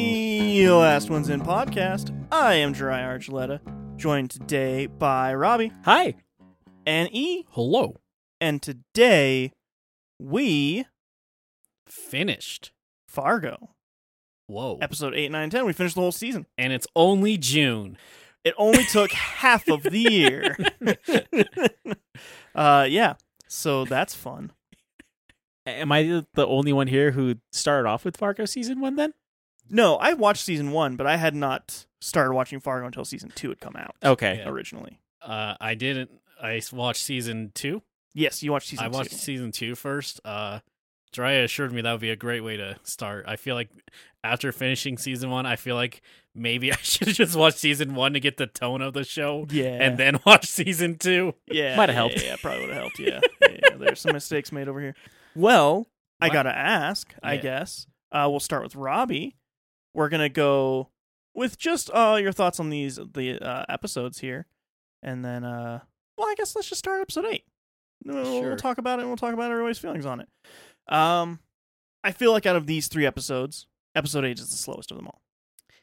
The Last Ones in Podcast. I am Dry Archuleta, joined today by Robbie Hi. and E. Hello. And today we Finished. Fargo. Whoa. Episode 8, 9, 10. We finished the whole season. And it's only June. It only took half of the year. uh yeah. So that's fun. Am I the only one here who started off with Fargo season one then? No, I watched season one, but I had not started watching Fargo until season two had come out Okay. Oh, Yeah. originally. Uh, I didn't. I s- watched season two. Yes, you watched season I watched two. season two first. Uh, Jiraiya assured me that would be a great way to start. I feel like after finishing season one, I feel like maybe I should have just watched season one to get the tone of the show yeah. and then watch season two. Yeah, Might yeah, have helped. Yeah, yeah, probably would have helped. Yeah, yeah, yeah. there's some mistakes made over here. Well, I What? gotta ask. I Yeah. guess uh, we'll start with Robbie. We're gonna go with just uh, your thoughts on these the uh, episodes here, and then uh, well, I guess let's just start episode eight. No, We'll, Sure. we'll talk about it. and We'll talk about everybody's feelings on it. Um, I feel like out of these three episodes, episode eight is the slowest of them all.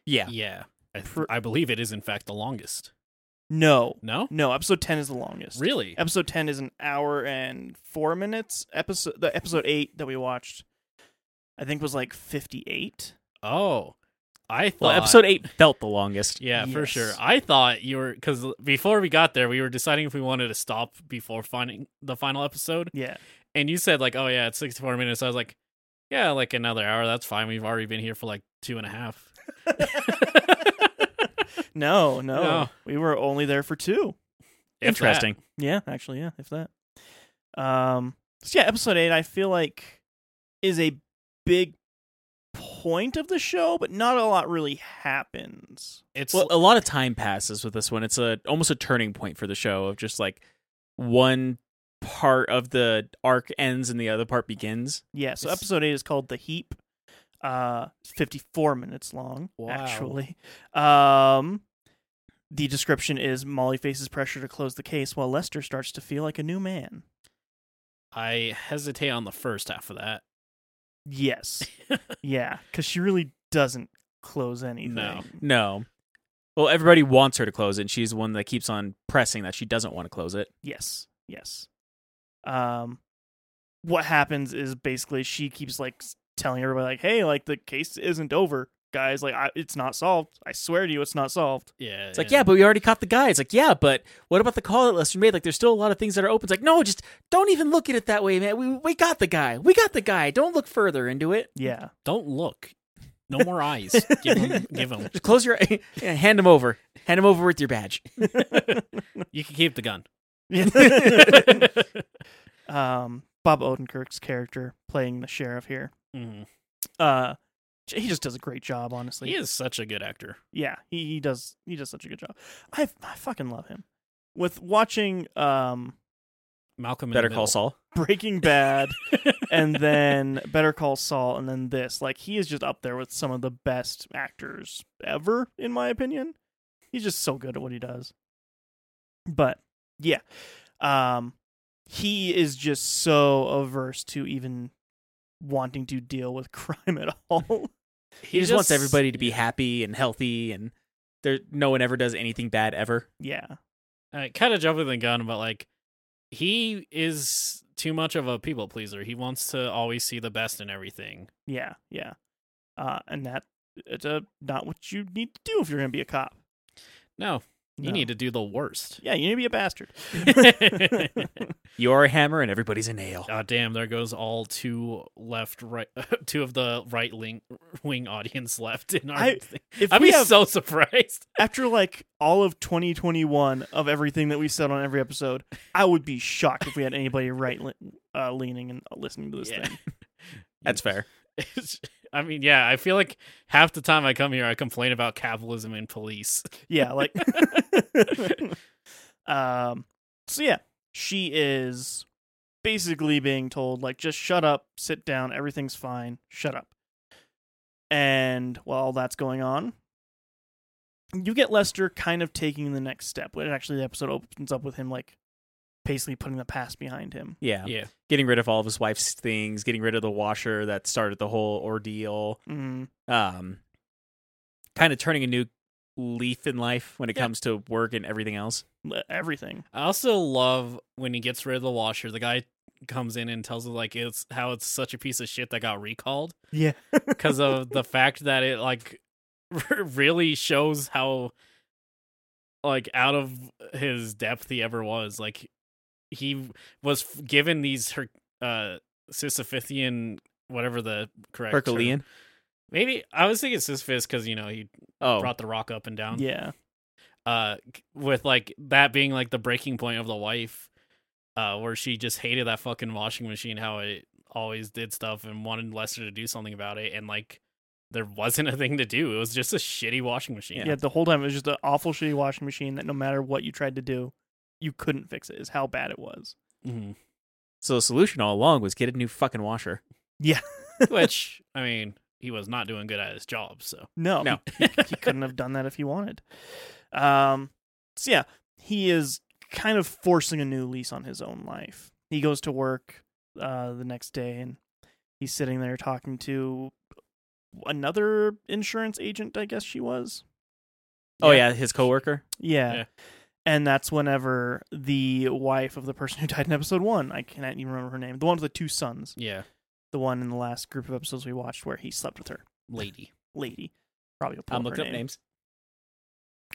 Yeah. I, th- Pr- I believe it is in fact the longest. No, No, no, episode ten is the longest. really? Episode ten is an hour and four minutes. Episode the episode eight that we watched, I think was like fifty eight. Oh, I thought Well, episode eight felt the longest. Yeah, for Yes. sure. I thought you were because before we got there, we were deciding if we wanted to stop before finding the final episode. Yeah, and you said like, oh yeah, it's sixty four minutes. I was like, yeah, like another hour. That's fine. We've already been here for like two and a half. no, no, No. we were only there for two. If Interesting. Yeah, actually, yeah, if that. Um, so yeah, episode eight, I feel like is a big point of the show, but not a lot really happens. that. It's Well, a lot of time passes with this one. It's a almost a turning point for the show of just like one part of the arc ends and the other part begins. Yeah, so It's- episode eight is called The Heap. Uh, fifty four minutes long, Wow. actually. Um, the description is Molly faces pressure to close the case while Lester starts to feel like a new man. I hesitate on the first half of that. Yes, yeah, because she really doesn't close anything. No. No. Well, everybody wants her to close it, and she's the one that keeps on pressing that she doesn't want to close it. Yes, yes. Um, what happens is basically she keeps like s- telling everybody like, "Hey, like the case isn't over, guys. Like, I, it's not solved. I swear to you, it's not solved." Yeah, It's like, yeah, and- but we already caught the guy. It's like, yeah, but what about the call that Lester made? Like, there's still a lot of things that are open. It's like, no, just don't even look at it that way, man. We we got the guy. We got the guy. Don't look further into it. Yeah, don't look. No more eyes. give them. Give them. Just close your yeah, hand him over. Hand him over with your badge. You can keep the gun. um, Bob Odenkirk's character playing the sheriff here. Mhm. Uh, j- he just does a great job, honestly. He is such a good actor. Yeah, he, he does. He does such a good job. I I fucking love him. With watching um Malcolm. in the Better call Middle. Saul. Breaking Bad and then Better Call Saul and then this, like he is just up there with some of the best actors ever, in my opinion. He's just so good at what he does. But yeah, um, he is just so averse to even wanting to deal with crime at all. He just, wants just- everybody to be happy and healthy, and there no one ever does anything bad ever. yeah, uh, kind of jumping the gun, but like he is too much of a people pleaser. He wants to always see the best in everything. yeah, yeah. Uh, and that it's uh not what you need to do if you're gonna be a cop. No, you No. need to do the worst. yeah, you need to be a bastard. You are a hammer, and everybody's a nail. Ah, damn! There goes all two left, right, two of the right ling- wing audience left in our. I- thing. If I'd we be have so surprised. after like all of 2021 of everything that we said on every episode, I would be shocked if we had anybody right le- uh, leaning and listening to this Yeah. thing. That's fair. It's- I mean, yeah, I feel like half the time I come here, I complain about capitalism and police. Yeah, like. um. So yeah, she is basically being told like just shut up, sit down, everything's fine, shut up. And while all that's going on, you get Lester kind of taking the next step. Which actually, the episode opens up with him like basically putting the past behind him. Yeah. Yeah, getting rid of all of his wife's things, getting rid of the washer that started the whole ordeal. Mm. Um, kind of turning a new leaf in life when it Yeah. comes to work and everything else. L- Everything. I also love when he gets rid of the washer. The guy comes in and tells him like it's how it's such a piece of shit that got recalled Yeah. because of the fact that it like really shows how like out of his depth he ever was. Like he was f- given these her- uh Sisyphean whatever the correct term- Herculean. Maybe I was thinking Sisyphus because you know he Oh, brought the rock up and down. Yeah. uh with like that being like the breaking point of the wife uh where she just hated that fucking washing machine how it always did stuff and wanted lester to do something about it and like there wasn't a thing to do it was just a shitty washing machine yeah. The whole time it was just an awful shitty washing machine that no matter what you tried to do, you couldn't fix it. Is how bad it was. Mhm. so the solution all along was get a new fucking washer. which i mean he was not doing good at his job so No, No. he, he couldn't have done that if he wanted. Um, so yeah, he is kind of forcing a new lease on his own life. He goes to work uh, the next day, and he's sitting there talking to another insurance agent. I guess she was. Oh yeah, his coworker. Yeah. Yeah. And that's whenever the wife of the person who died in episode one, I cannot even remember her name, the one with the two sons, yeah the one in the last group of episodes we watched where he slept with her lady lady. Probably will pull I'm her looking up name. names.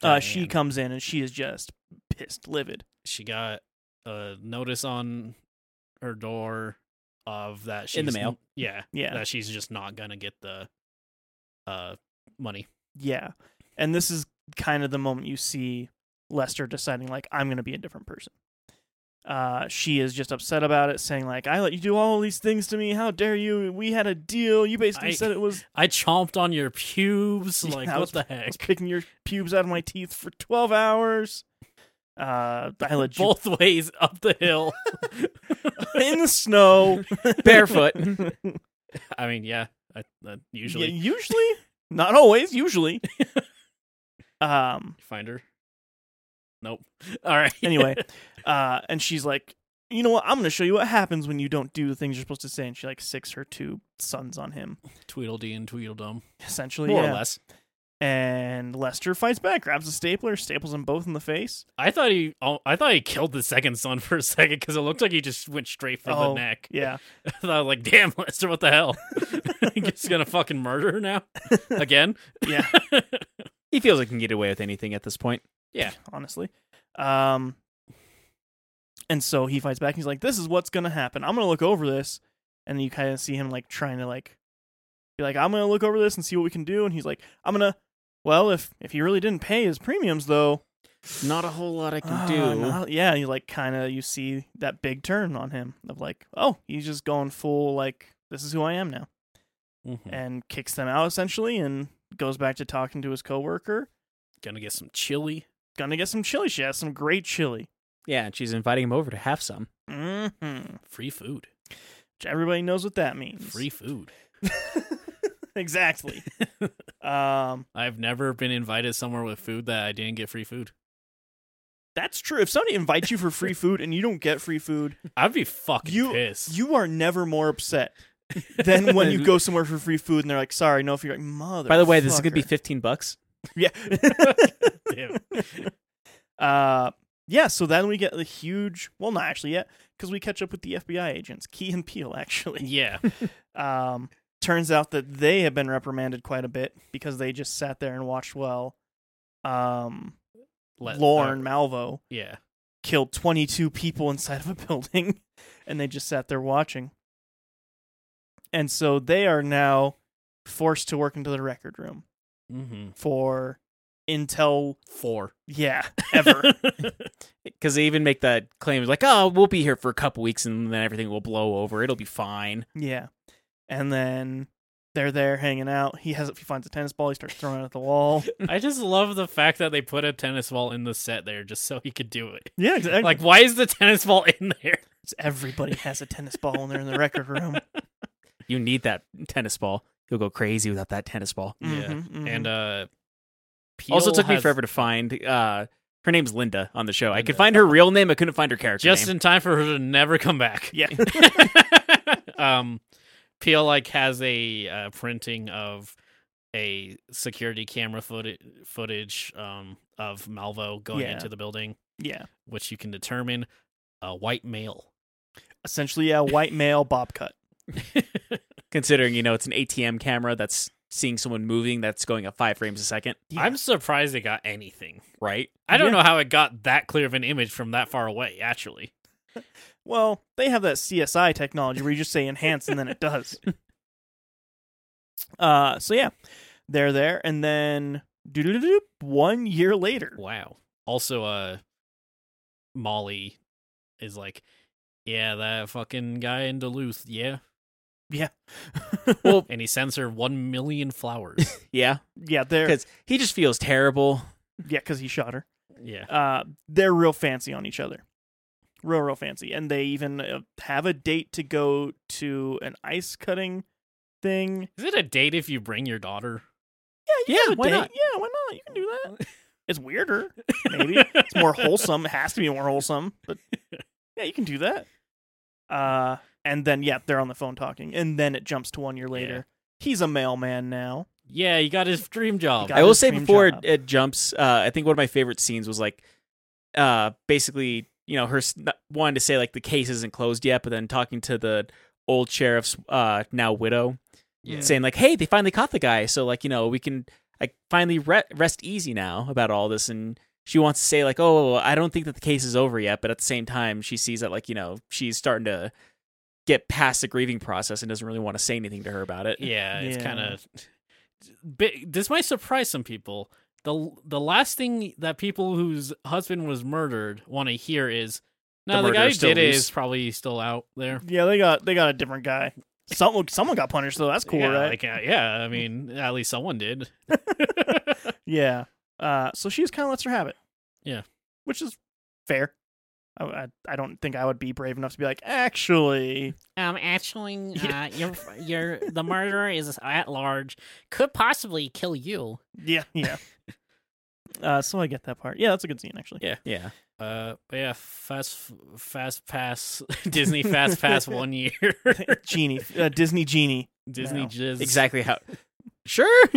Uh, she Diane. comes in and she is just pissed, livid. she got a notice on her door of that she's In the mail. yeah Yeah, that she's just not gonna get the uh money yeah. And this is kind of the moment you see Lester deciding, like, I'm going to be a different person. Uh, she is just upset about it, saying, like, I let you do all these things to me. How dare you? We had a deal. You basically I- said it was I chomped on your pubes. Yeah, Like, I what was- the I was heck? picking your pubes out of my teeth for 12 hours. Uh, I let you Both ways up the hill. in the snow. Barefoot. I mean, yeah, I, I usually Yeah, usually, not always, usually. um, find her. Nope. All right. anyway, uh, and she's like, you know what? I'm gonna show you what happens when you don't do the things you're supposed to say. And she like sicks her two sons on him, Tweedledee and Tweedledum, essentially. more yeah. or less. And Lester fights back, grabs a stapler, staples them both in the face. I thought he, oh, I thought he killed the second son for a second because it looked like he just went straight for Oh, the neck. Yeah, I thought, I was like, damn, Lester, what the hell? He's gonna fucking murder her now again. yeah. He feels like he can get away with anything at this point. honestly. Um, and so he fights back. And he's like, "This is what's gonna happen. I'm gonna look over this." And you kind of see him like trying to like be like, "I'm gonna look over this and see what we can do." And he's like, "I'm gonna." Well, if if he really didn't pay his premiums though, Not a whole lot I ah, no- yeah, and you like kind of you see that big turn on him of like, oh, he's just going full like this is who I am now, Mhm. and kicks them out essentially, and goes back to talking to his coworker. Gonna get some chili. Gonna get some chili. She has some great chili. Yeah, and she's inviting him over to have some. Mm-hmm. Free food. which everybody knows what that means. Free food. exactly. um, I've never been invited somewhere with food that I didn't get free food. that's true. If somebody invites you for free food and you don't get free food, I'd be fucking You- pissed. you are never more upset than when you go somewhere for free food and they're like, "Sorry, no." If you're like, "Mother," By the way, this is gonna be fifteen bucks. yeah, Damn. uh, yeah. So then we get the huge. Well, not actually yet, because we catch up with the FBI agents, Key and Peel, actually. Yeah. Um, turns out that they have been reprimanded quite a bit because they just sat there and watched while um, Let- Lorne uh, Malvo yeah. killed 22 people inside of a building, and they just sat there watching. And so they are now forced to work into the record room Mm-hmm. for until Four. yeah ever Because they even make that claim like, "Oh, we'll be here for a couple weeks, and then everything will blow over. It'll be fine." yeah. And then they're there hanging out. He has he finds a tennis ball. He starts throwing it at the wall. I just love the fact that they put a tennis ball in the set there just so he could do it. Yeah, exactly. Like, why is the tennis ball in there? everybody has a tennis ball when they're in the record room. You need that tennis ball. You'll go crazy without that tennis ball. Yeah. Mm-hmm, And uh Peel also, it took me has- forever to find. Uh, her name's Linda on the show. I could Linda. find her real name. I couldn't find her character just name. in time for her to never come back. yeah, um Peel like has a uh, printing of a security camera footage footage um, of Malvo going Yeah. into the building, Yeah. which you can determine a white male. Essentially a white male bob cut. Considering you know it's an ATM camera that's seeing someone moving that's going at five frames a second, I'm surprised it got anything. right? I don't Yeah. know how it got that clear of an image from that far away. Actually, Well, they have that CSI technology where you just say enhance and then it does. Uh, so yeah, they're there, and then doo-doo-doo-doo, one year later, wow. Also, uh, Molly is like, yeah, that fucking guy in Duluth, yeah. Well, And he sends her one million flowers. yeah, yeah, they're because he just feels terrible. yeah, because he shot her. yeah, Uh, they're real fancy on each other, real real fancy, and they even uh, have a date to go to an ice cutting thing. is it a date if you bring your daughter? Yeah, you Yeah, have a why date. not? Yeah, why not? You can do that. It's weirder, maybe. it's more wholesome. It has to be more wholesome. But yeah, you can do that. Uh, and then yeah, they're on the phone talking, and then it jumps to one year later. He's a mailman now. Yeah, he got his dream job. Got I will his say dream before it, job. it jumps, uh, I think one of my favorite scenes was like, uh, basically, you know, her s- not- wanting to say like the case isn't closed yet, but then talking to the old sheriff's uh, now widow, Yeah. saying like, "Hey, they finally caught the guy, so like, you know, we can like finally re- rest easy now about all this." And she wants to say like, "Oh, I don't think that the case is over yet," but at the same time, she sees that like, you know, she's starting to get past the grieving process and doesn't really want to say anything to her about it. Yeah, it's Yeah. kind of. This might surprise some people. the The last thing that people whose husband was murdered want to hear is, "No, the, guy murderer's who still did it loose." is probably still out there." Yeah, they got they got a different guy. Someone someone got punished though. That's cool, yeah, right? Like, uh, yeah, I mean, at least someone did. Yeah. Uh, so she just kind of lets her have it. Yeah. which is fair. I, I I don't think I would be brave enough to be like actually. Um, actually, uh, your your the murderer is at large. Could possibly kill you. Yeah, yeah. uh, so I get that part. Yeah, that's a good scene actually. Yeah. Yeah. Uh, but yeah, fast, fast pass, Disney fast pass one year, Genie, uh, Disney Genie. Disney No. jizz Exactly how. Sure.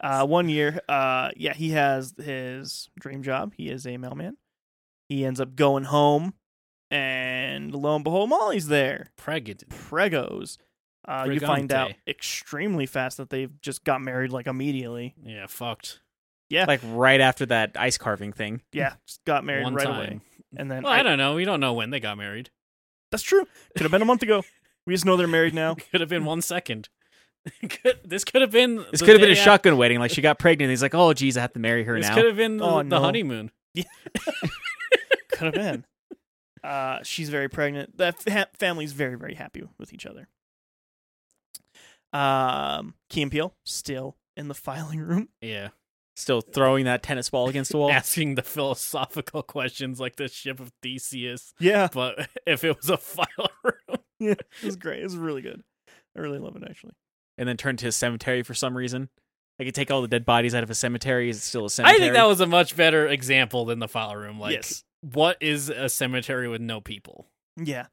Uh, one year, uh, yeah, he has his dream job. He is a mailman. He ends up going home, and lo and behold, Molly's there. pregnant. Pregos. Uh, you find out Pregante. extremely fast that they've just got married like immediately. Yeah, fucked. like right after that ice carving thing. Yeah, just got married One right time. away. And then Well, I don't know. We don't know when they got married. that's true. Could have been a month ago. We just know they're married now. Could have been one second. Could, this could have been. This the could have been a day shotgun wedding. Like she got pregnant. And he's like, oh, geez, I have to marry her after- This now. could have been Oh, the, no. the honeymoon. Could have been. Uh, she's very pregnant. The fa- family's very, very happy with each other. Um, Key and Peele still in the filing room. Yeah, Still throwing that tennis ball against the wall. asking the philosophical questions like the ship of Theseus, Yeah, but if it was a file room, it was great. It was really good. I really love it actually. And then turn to his cemetery for some reason. I could take all the dead bodies out of a cemetery. Is it still a cemetery? I think that was a much better example than the file room. Like, yes. what is a cemetery with no people? Yeah.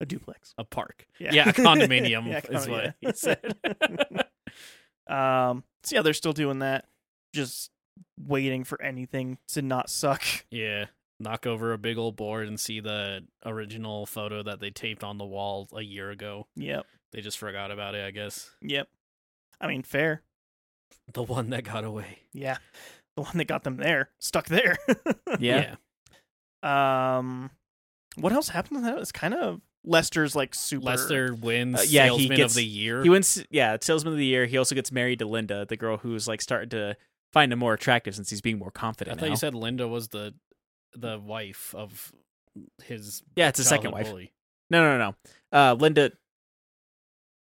A duplex. A park. Yeah. Yeah, a condominium Yeah, is condo- what yeah. he said. Um. So yeah, they're still doing that. Just waiting for anything to not suck. yeah. Knock over a big old board and see the original photo that they taped on the wall a year ago. Yep. They just forgot about it, I guess. Yep. I mean, fair. The one that got away. Yeah. The one that got them there, stuck there. Yeah. um. What else happened to that? It's kind of Lester's like super. Lester wins Uh, yeah, he salesman gets- of the year. He wins, yeah, salesman of the year. He also gets married to Linda, the girl who's like starting to find him more attractive since he's being more I confident. thought now. you said Linda was the the wife of his yeah, it's a second childhood wife. bully. No, no, no. no. Uh, Linda.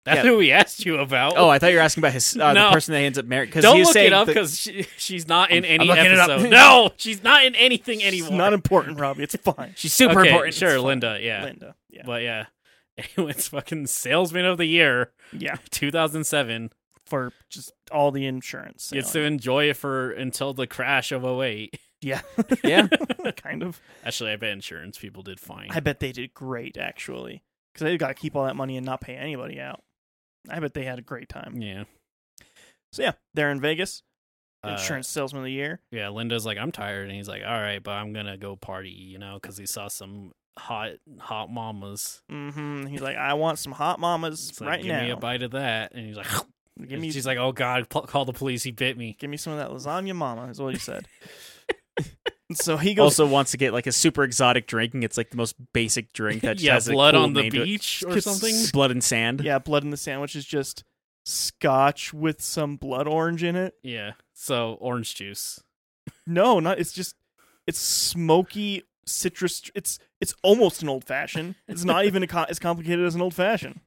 That's Yeah. who we asked you about. Oh, I thought you were asking about his uh, No. the person that he ends up marrying. don't he's look saying it up the- because she, she's not in I'm- any I'm looking it up. episode. no, she's not in anything It's anymore. not important, Robbie. It's fine. she's super Okay, important. Sure, It's fine. Linda. Yeah, Linda. Yeah. but yeah, he wins fucking salesman of the year, Yeah. 2007. For just all the insurance. Gets to sailing. enjoy it for until the crash of 08. Yeah. Yeah. kind of. Actually, I bet insurance people did fine. I bet they did great actually, because they got to keep all that money and not pay anybody out. I bet they had a great time. yeah, So yeah, they're in Vegas. Uh, Insurance salesman of the year. Yeah, Linda's like, I'm tired, and he's like, All right, but I'm gonna go party, you know, because he saw some hot hot mamas. hmm He's like, I want some hot mamas It's like, right give now. me a bite of that, and he's like, Give me, She's like, Oh God, pl- call the police. He bit me. give me some of that lasagna, mama. Is what he said. so he goes. also wants to get like a super exotic drink, and it's like the most basic drink that just yeah, has a blood cool on the name to it. beach or It's something. Blood and sand. yeah, blood in the sandwich is just scotch with some blood orange in it. Yeah. So orange juice. No, not. It's just it's smoky citrus. It's it's almost an old fashioned. It's not even a co- as complicated as an old fashioned.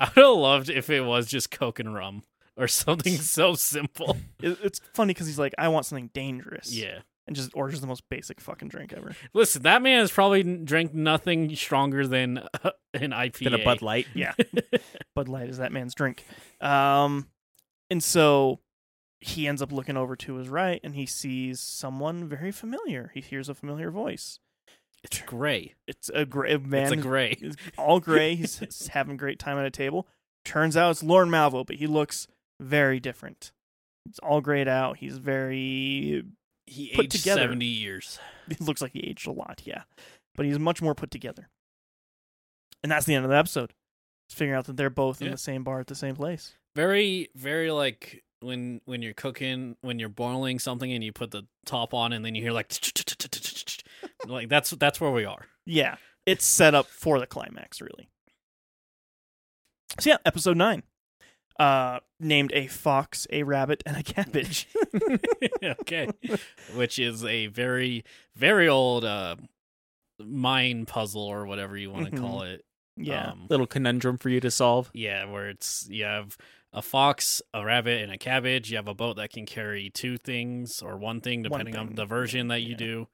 I would have loved if it was just Coke and rum or something so simple. It, it's funny because he's like, I want something dangerous. Yeah. and just orange is the most basic fucking drink ever. Listen, that man has probably n- drank nothing stronger than uh, an IPA. Then a Bud Light. Yeah. Bud Light is that man's drink. Um, and so he ends up looking over to his right and he sees someone very familiar. He hears a familiar voice. It's gray. It's a gray a man. it's a gray. who's- is all gray. He's he's having a great time at a table. Turns out it's Lorne Malvo, but he looks very different. It's all grayed out. He's very. He put aged together. 70 years. It looks like he aged a lot, yeah. But he's much more put together. And that's the end of the episode. It's figuring out that they're both in Yeah. the same bar at the same place. Very, very like when when you're cooking, when you're boiling something and you put the top on and then you hear like like that's that's where we are. Yeah, it's set up for the climax, really. So yeah, episode nine, uh, named a fox, a rabbit, and a cabbage. okay. Which is a very, very old uh, mind puzzle or whatever you want to call it. yeah, Um, Little conundrum for you to solve. yeah, where it's you have a fox, a rabbit, and a cabbage. You have a boat that can carry two things or one thing, One depending thing, on the version that you yeah. do.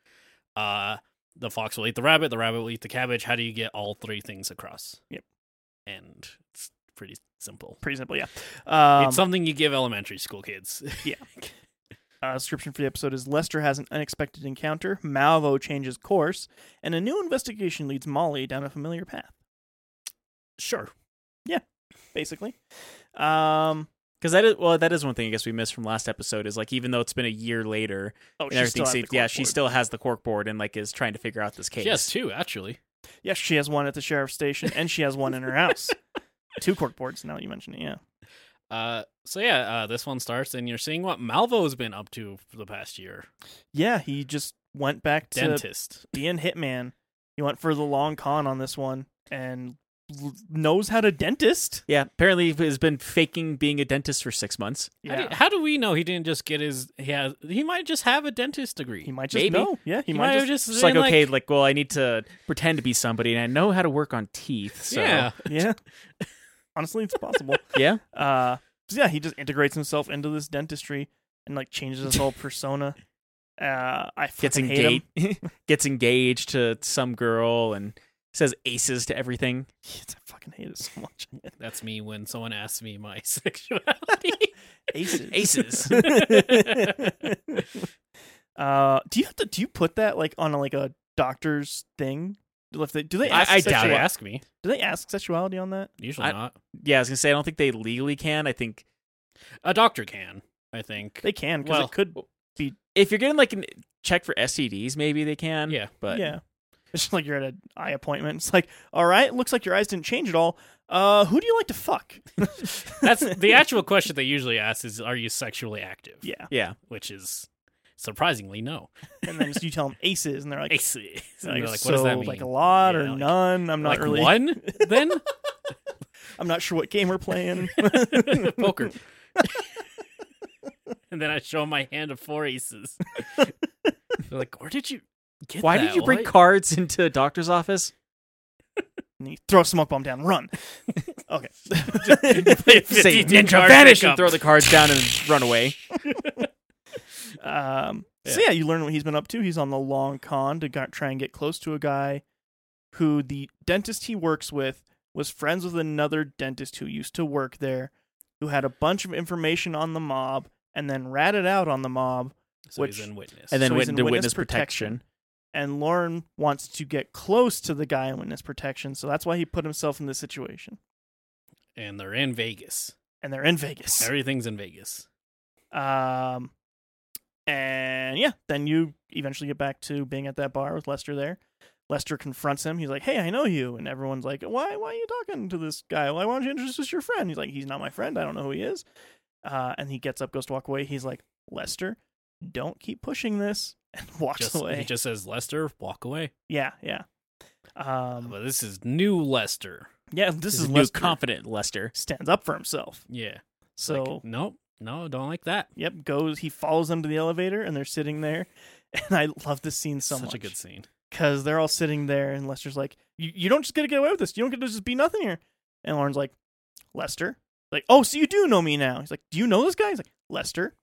Uh, the fox will eat the rabbit. The rabbit will eat the cabbage. How do you get all three things across? Yep. And it's pretty simple. pretty simple. Yeah. Um, it's something you give elementary school kids. uh, description for the episode is Lester has an unexpected encounter. Malvo changes course, and a new investigation leads Molly down a familiar path. sure. Basically, um, Because that is well, that is one thing I guess we missed from last episode is like even though it's been a year later oh, and she still everything's has the safe, yeah, she corkboard. still has the cork board and like is trying to figure out this case. She has two actually. Yes, she has one at the sheriff's station, and she has one in her house. Two cork boards. Now that you mention it, yeah. Uh, so yeah, uh, this one starts, and you're seeing what Malvo's been up to for the past year. Yeah, he just went back to Dentist. being hitman. He went for the long con on this one and l- knows how to dentist. Yeah, apparently has been faking being a dentist for six months. How, do, how do we know he didn't just get his? He has. He might just have a dentist degree. he might just Maybe. know. Yeah, he, He might, have just. just It's like, been okay, like well, I need to pretend to be somebody, and I know how to work on teeth. So. yeah. Yeah. Honestly, it's possible. yeah. Uh, so yeah, he just integrates himself into this dentistry and like changes his whole persona. Uh, I Gets fucking hate him. engaged. gets engaged to some girl and says aces to everything. I fucking hate it so much. That's me when someone asks me my sexuality. Aces. Aces. uh, do you have to? Do you put that like on like a doctor's thing? Do if they, do they? I- Ask I They doubt sexual- it. Ask me. Do they ask sexuality on that? Usually I- not. yeah, I was gonna say I don't think they legally can. I think A doctor can. I think. They can because Well, it could. if you're getting like an check for STDs, maybe they can. Yeah. but yeah, it's just like you're at an eye appointment. It's like, all right, looks like your eyes didn't change at all. Uh, who do you like to fuck? That's the actual question they usually ask is, "Are you sexually active?" yeah, yeah, Which is surprisingly no. and then you tell them aces, and they're like, Aces. And like, they're like, so, what does that mean? Like a lot or Yeah, like- none? I'm not like really. one then I'm not sure what game we're playing. poker. and then I show my hand of four aces. They're like, where did you get Why that? did you bring What?" cards into a doctor's office? and you throw a smoke bomb down, run. Okay. Say Fifty ninja cards vanish in a and throw cup. the cards down and run away. um, So yeah, you learn what he's been up to. He's on the long con to go- try and get close to a guy who the dentist he works with was friends with another dentist who used to work there, who had a bunch of information on the mob and then ratted out on the mob. So Which- he's in witness. And then So he's went in into witness witness protection. And Lauren wants to get close to the guy in witness protection, so that's why he put himself in this situation. and they're in Vegas. and they're in Vegas. Everything's in Vegas. Um, and yeah, then you eventually get back to being at that bar with Lester there. Lester confronts him. He's like, "Hey, I know you," and everyone's like, "Why? Why are you talking to this guy? Why won't you introduce us to your friend?" He's like, "He's not my friend. I don't know who he is." Uh, and he gets up, goes to walk away. He's like, "Lester, don't keep pushing this," and walks Just, away. he just says, Lester, walk away. yeah, yeah. Um, But this is new Lester. yeah. This, This is is Lester new confident Lester. stands up for himself. Yeah. It's So like, nope, no, don't like that. Yep, goes. He follows them to the elevator, and they're sitting there. And I love this scene so Such much a good scene. because they're all sitting there, and Lester's like, you, "You don't just get to get away with this. You don't get to just be nothing here." And Lauren's like, "Lester, like, oh, so you do know me now?" He's like, "Do you know this guy?" He's like, "Lester,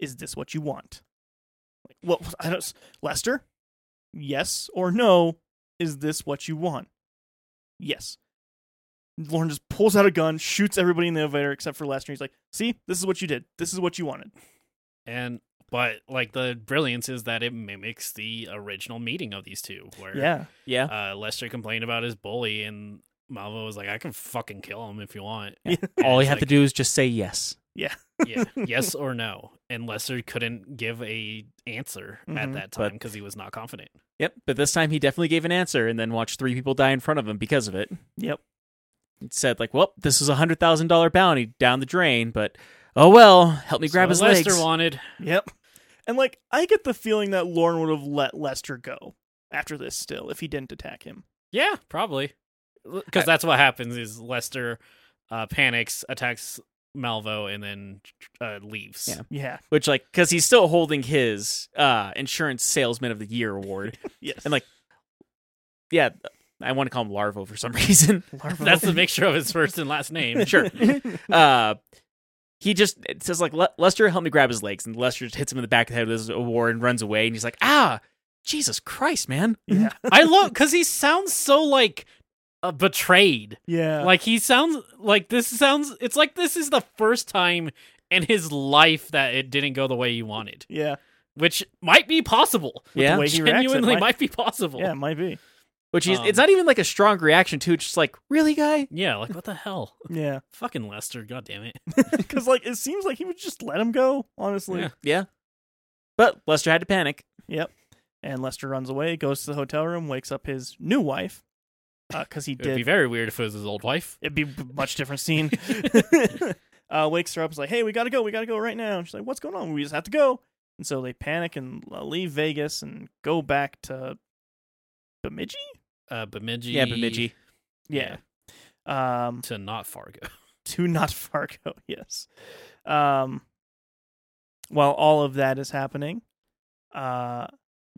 is this what you want?" Like, well, I don't, Lester, yes or no? Is this what you want? Yes. Lauren just pulls out a gun, shoots everybody in the elevator except for Lester. He's like, "See, this is what you did. This is what you wanted." And but like the brilliance is that it mimics the original meeting of these two, where Yeah, Yeah. uh, Lester complained about his bully, and Malvo was like, "I can fucking kill him if you want." Yeah. And All you it's have to like, do is just say yes. yeah, yes or no. And Lester couldn't give a answer Mhm. at that time Mm-hmm. But- because he was not confident. Yep. But this time he definitely gave an answer and then watched three people die in front of him because of it. yep. It said like, "Well, this was a hundred thousand dollar bounty down the drain, but oh well. Help me So grab his Lester legs." wanted. Yep. And like I get the feeling that Lauren would have let Lester go after this still if he didn't attack him. Yeah, probably. Because that's what happens is Lester uh, panics, attacks Malvo, and then uh, leaves. Yeah. Yeah. Which like, because he's still holding his uh insurance salesman of the year award. Yes. And, like, yeah, I want to call him Larvo for some reason. Larva- That's the mixture of his first and last name. sure. Uh, he just it says like "Le- Lester, help me grab his legs, and Lester just hits him in the back of the head with his award and runs away. And he's like, "Ah, Jesus Christ, man!" Yeah. I love because he sounds so like uh, betrayed. Yeah. Like he sounds like this sounds. It's like this is the first time in his life that it didn't go the way he wanted, yeah. which might be possible. yeah, the way he reacts, it Genuinely, might- might, be possible. Yeah, it might be. which is um, it's not even like a strong reaction to. It's just like, really, guy. Yeah, Like what the hell? Yeah. Fucking Lester. God damn it. Cuz like it seems like he would just let him go, honestly. Yeah. Yeah, but Lester had to panic. And Lester runs away, goes to the hotel room, wakes up his new wife uh, cuz he It would did be very weird if it was his old wife. It'd be b- much different scene. uh, wakes her up. Is like, hey, we gotta go. We gotta go right now. And she's like, what's going on? We just have to go. And so they panic and uh, leave Vegas and go back to Bemidji. Uh, Bemidji. Yeah, Bemidji. Yeah. Um, To not Fargo. to not Fargo. Yes. Um, while all of that is happening, uh,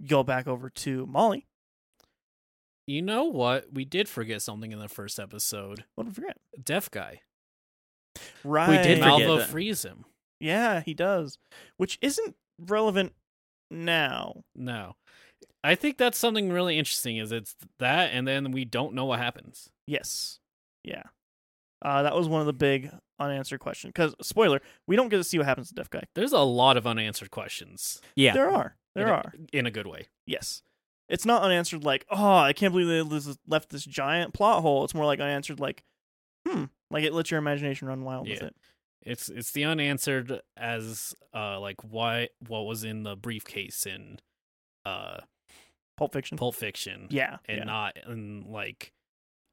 go back over to Molly. You know what? We did forget something in the first episode. What did I forget? Deaf guy. Right. did forget Malvo that. frees him. Yeah, he does, which isn't relevant now. No. I think that's something really interesting is it's that and then we don't know what happens. Yes. Yeah. Uh, that was one of the big unanswered questions. Because spoiler, we don't get to see what happens to Deaf Guy. There's a lot of unanswered questions. Yeah, There are. There in a, are. in a good way. Yes. It's not unanswered like, oh, I can't believe they les- left this giant plot hole. It's more like unanswered like, hmm, like it lets your imagination run wild with Yeah. it. It's it's the unanswered as uh like why what was in the briefcase in uh Pulp Fiction. Pulp Fiction yeah. and yeah. not in like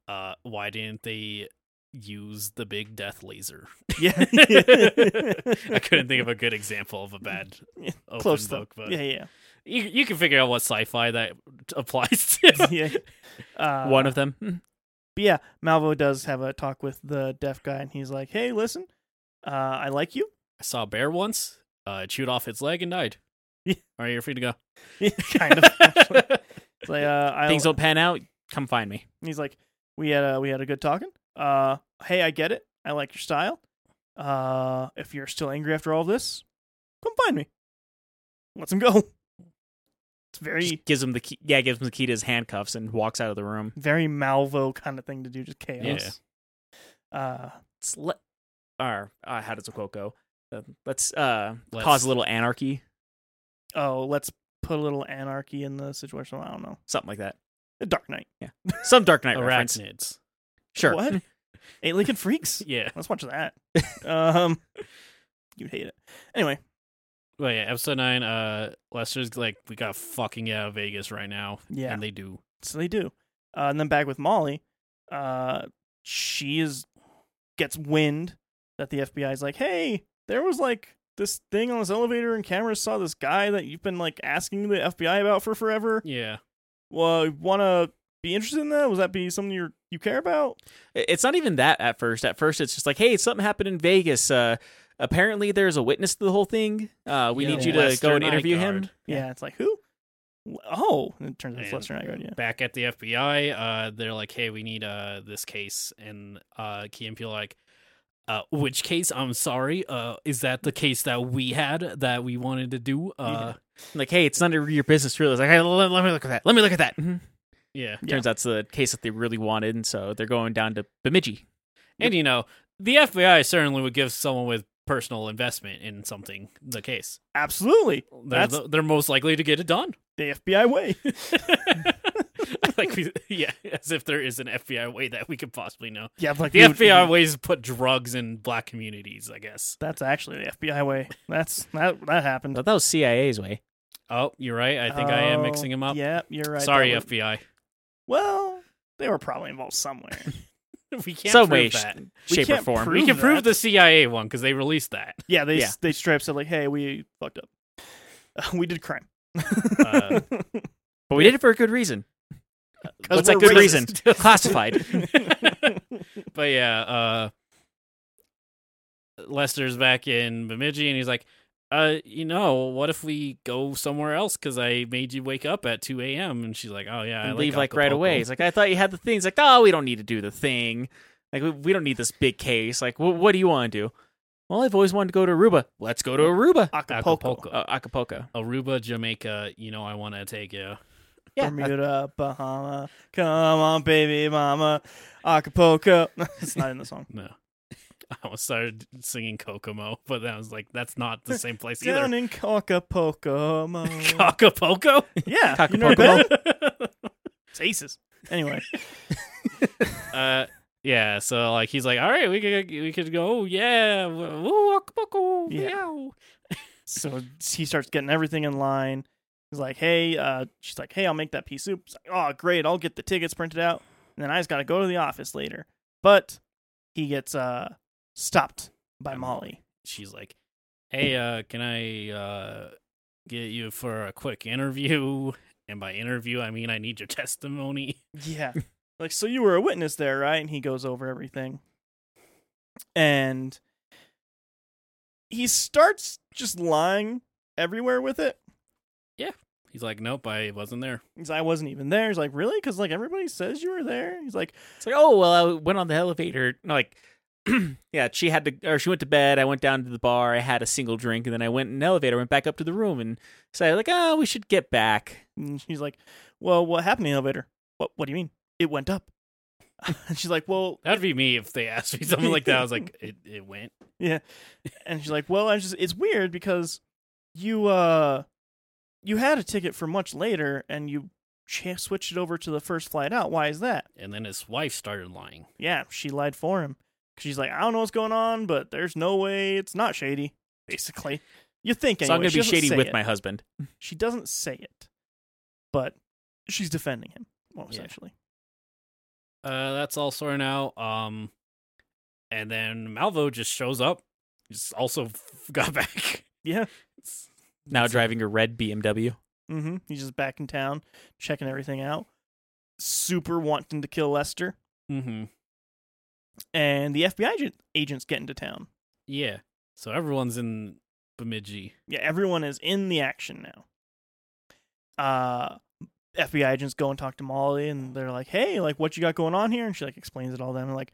uh why didn't they use the big death laser? yeah. I couldn't think of a good example of a bad Yeah, open Close though. book, but Yeah, yeah, you you can figure out what sci-fi that applies to. yeah. Uh, one of them. Hmm. But yeah, Malvo does have a talk with the deaf guy, and he's like, "Hey, listen, uh, I like you. I saw a bear once. Uh, it chewed off its leg and died. Yeah. All right, you're free to go. kind of. Actually. It's like, uh, I, Things don't pan out. Come find me. And he's like, "We had a we had a good talking. Uh, hey, I get it. I like your style. Uh, if you're still angry after all this, come find me. Let's him go." It's very Just gives him the key. Yeah, gives him the key to his handcuffs and walks out of the room. very Malvo kind of thing to do, just chaos. Uh, Let's let or uh, how does the quote go? Uh, let's uh Let's- cause a little anarchy, oh, let's put a little anarchy in the situation. I don't know. something like that. The Dark Knight. Some Dark Knight reference. Arachnids. Sure. What? Eight Lincoln Freaks. Yeah. Let's watch that. um, you'd hate it. Anyway, Well, yeah, episode nine, uh Lester's like we got fucking out of Vegas right now. Yeah. And they do. so they do. Uh, and then back with Molly, uh, she is gets wind that the FBI is like, hey, there was like this thing on this elevator, and cameras saw this guy that you've been like asking the FBI about for forever. Yeah. Well, want to be interested in that? Was that be something you you care about? It- It's not even that at first. At first, it's just like, hey, something happened in Vegas. Uh, apparently, there's a witness to the whole thing. Uh, we Yeah, need you to Lester go and Nygaard. interview him. Yeah, it's like who? Oh, and it turns out it's And Lester Nygaard. Yeah, Back at the FBI, uh they're like, Hey, we need uh this case and uh Key and Peele like uh, which case? I'm sorry. Uh, is that the case that we had that we wanted to do? Uh, Like, hey, it's none of your business, really. It's like, hey, let, let me look at that. Let me look at that. Mhm. yeah. Yeah. Turns out it's the case that they really wanted, and so they're going down to Bemidji. And you know, the FBI certainly would give someone with personal investment in something the case. absolutely. They're, That's- they're most likely to get it done. The FBI way. like we, yeah, as if there is an FBI way that we could possibly know. Yeah, like The we would- FBI ways to put drugs in black communities, I guess. That's actually the FBI way. That's that that happened. But that was CIA's way. Oh, you're right. I think I am Oh, mixing them up. Yeah, you're right. Sorry, that was- FBI. Well, they were probably involved somewhere. We can't Some prove way, sh- that. We shape, or can't form. prove- We can that. prove the CIA one because they released that. yeah, they Yeah. they straight up said like, "Hey, we fucked up. we did crime." Uh, but we did it for a good reason. What's that we're good reason? Uh, racist. Classified. but yeah, uh Lester's back in Bemidji and he's like, uh, you know, what if we go somewhere else? Because I made you wake up at 2 a.m. And she's like, oh, yeah. I and like leave like right Acapulco. away. It's like, I thought you had the thing. It's like, oh, we don't need to do the thing. Like, we, we don't need this big case. Like, wh- what do you want to do? Well, I've always wanted to go to Aruba. Let's go to Aruba. Acapulco, Acapulco. Uh, Acapulco. Aruba, Jamaica, you know, I want to take you. Yeah. Bermuda, Bahama. Come on, baby mama, Acapulco. it's not in the song. No. I almost started singing Kokomo, but then I was like, that's not the same place Down either. in Acapulco. mo. Acapulco? yeah, you know Acapulco. that? It's aces. Anyway, uh, yeah, so like he's like, all right, we could we could go, oh, yeah, woo, Acapulco, Yeah. yeah. so he starts getting everything in line. He's like, "Hey," uh, she's like, "Hey, I'll make that pea soup." He's like, "Oh, great! I'll get the tickets printed out, and then I just got to go to the office later." But he gets uh stopped by Molly. she's like, "Hey, uh, can I uh, get you for a quick interview?" And by interview, I mean I need your testimony. Yeah, like so you were a witness there, right? And he goes over everything, and he starts just lying everywhere with it. He's like, "Nope, I wasn't there." He's like, I wasn't even there. He's like, really? Because like everybody says you were there. He's like, It's like, oh, well, I went on the elevator. No, Like, yeah, she had to, or she went to bed. I went down to the bar. I had a single drink, and then I went in an elevator, went back up to the room, and said, like, oh, we should get back. And she's like, "Well, what happened in the elevator? What What do you mean? It went up." and she's like, "Well," That'd be me if they asked me something like that. I was like, "It, it went." and she's like, "Well, I just it's weird because you uh you had a ticket for much later and you ch- switched it over to the first flight out. Why is that?" And then his wife started lying. Yeah, she lied for him. 'Cause She's like, "I don't know what's going on, but there's no way it's not shady." Basically, you think so I'm anyway. She going to be doesn't shady say with it. my husband. She doesn't say it, but she's defending him. Well, Yeah. essentially, Uh, that's all sorted out. Um, and then Malvo just shows up. Just also f- got back. yeah. Now driving a red BMW. Mm-hmm. He's just back in town, checking everything out. Super wanting to kill Lester, Mm-hmm. and the FBI agent, agents get into town. Yeah. So everyone's in Bemidji. Yeah, everyone is in the action now. Uh, FBI agents go and talk to Molly, and they're like, "Hey, like, what you got going on here?" And she like explains it all. to Them and like,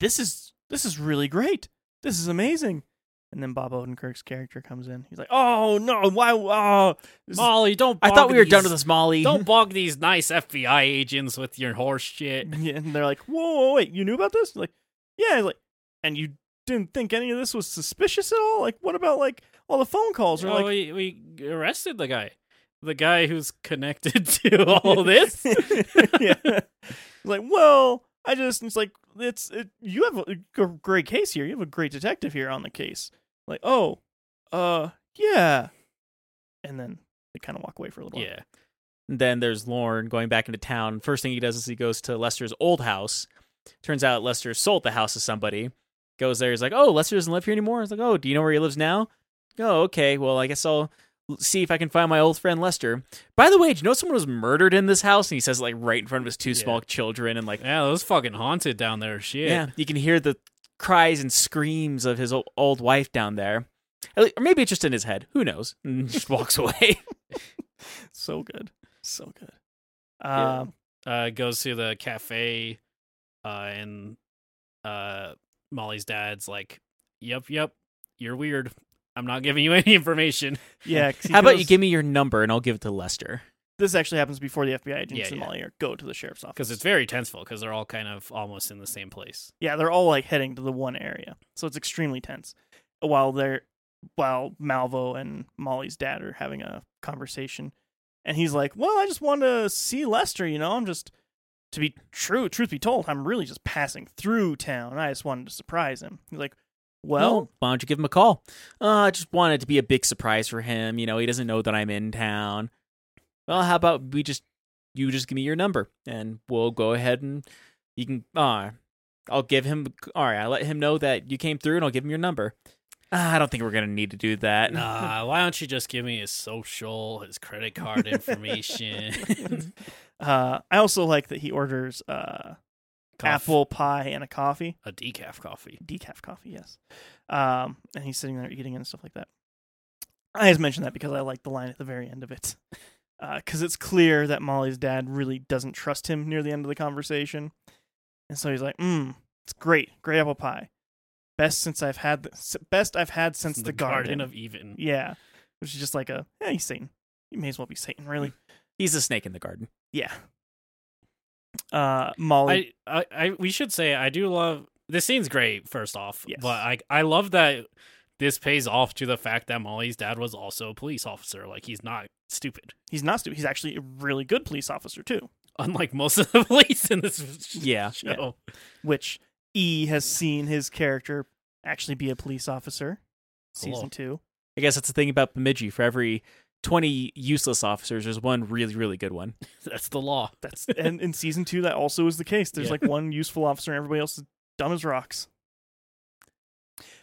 "This is this is really great. This is amazing." And then Bob Odenkirk's character comes in. He's like, "Oh no, why? Oh, this is Molly, don't. I thought we were done with with this, Molly. Don't bog these nice FBI agents with your horse shit. Yeah, and they're like, "Whoa, whoa, wait, you knew about this?" Like, yeah, like, and you didn't think any of this was suspicious at all? Like, what about like all the phone calls? Or Oh, like, we, we arrested the guy. The Oh, guy who's connected to all this. yeah, like, well, I I just it's like it's it, you have a g- great case here. You have a great detective here on the case. Like, oh, uh, yeah, and then they kind of walk away for a little while. Yeah. Then there's Lorne going back into town. First thing he does is he goes to Lester's old house. Turns out Lester sold the house to somebody. Goes there, he's like, "Oh, Lester doesn't live here anymore." He's like, "Oh, do you know where he lives now?" "Oh, okay. Well, I guess I'll l- see if I can find my old friend Lester." By the way, do you know someone was murdered in this house? And he says it, like right in front of his two Yeah. small children, and like, Yeah, those fucking haunted down there. Shit. yeah, you can hear the cries and screams of his o- old wife down there. At le- Or maybe it's just in his head. Who knows? And just walks away. So good, so good. Yeah. Um, Uh, goes to the cafe, uh, and uh, Molly's dad's like, "Yep, yep, you're weird. I'm not giving you any information." yeah. 'cause he How about goes- you give me your number and I'll give it to Lester? this? Actually, happens before the FBI agents Yeah, and yeah. Molly are go to the sheriff's office Because it's very tenseful. Because they're all kind of almost in the same place. Yeah, they're all like heading to the one area, so it's extremely tense. While they're while Malvo and Molly's dad are having a conversation, and he's like, "Well, I just want to see Lester. You know, I'm just to be true. Truth be told, I'm really just passing through town. I just wanted to surprise him." He's like, "Well, why don't you give him a call? Uh, I just wanted to be a big surprise for him. You know, he doesn't know that I'm in town. Well, how about we just you just give me your number and we'll go ahead and you can uh I'll give him all right, I'll let him know that you came through and I'll give him your number. Ah, I don't think we're gonna need to do that. Mm. Uh, Nah, why don't you just give me his social, his credit card information? uh, I also like that he orders uh, Cough. apple pie and a coffee, a decaf coffee. decaf coffee, yes." Um, and he's sitting there eating and stuff like that. I just mentioned that because I like the line at the very end of it. Because it's clear that Molly's dad really doesn't trust him near the end of the conversation. And so he's like, mmm, it's great. Great apple pie. Best since I've had, the, s- best I've had since the, garden. of Eden. Yeah. Which is just like a, yeah, he's Satan. You may as well be Satan, really. He's a snake in the garden. Yeah. Uh, Molly. I, I, I, we should say I do love this scene's great. First off, Yes. but I, I love that this pays off to the fact that Molly's dad was also a police officer. Like he's not stupid, he's not stupid. He's actually a really good police officer, too. unlike most of the police in this sh- Yeah. show. Which E has seen his character actually be a police officer. Cool. Season two. I guess that's the thing about Bemidji. For every twenty useless officers, there's one really, really good one. That's the law. That's and in season two that also is the case. There's Yeah. like one useful officer and everybody else is dumb as rocks.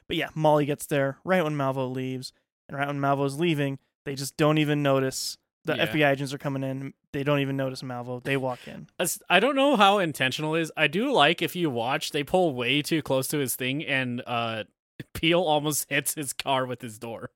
But yeah, Molly gets there right when Malvo leaves, and right when Malvo's leaving, they just don't even notice the Yeah. FBI agents are coming in. They don't even notice Malvo. They walk in. As- I don't know how intentional it is. I do like if you watch, they pull way too close to his thing, and uh, Peel almost hits his car with his door.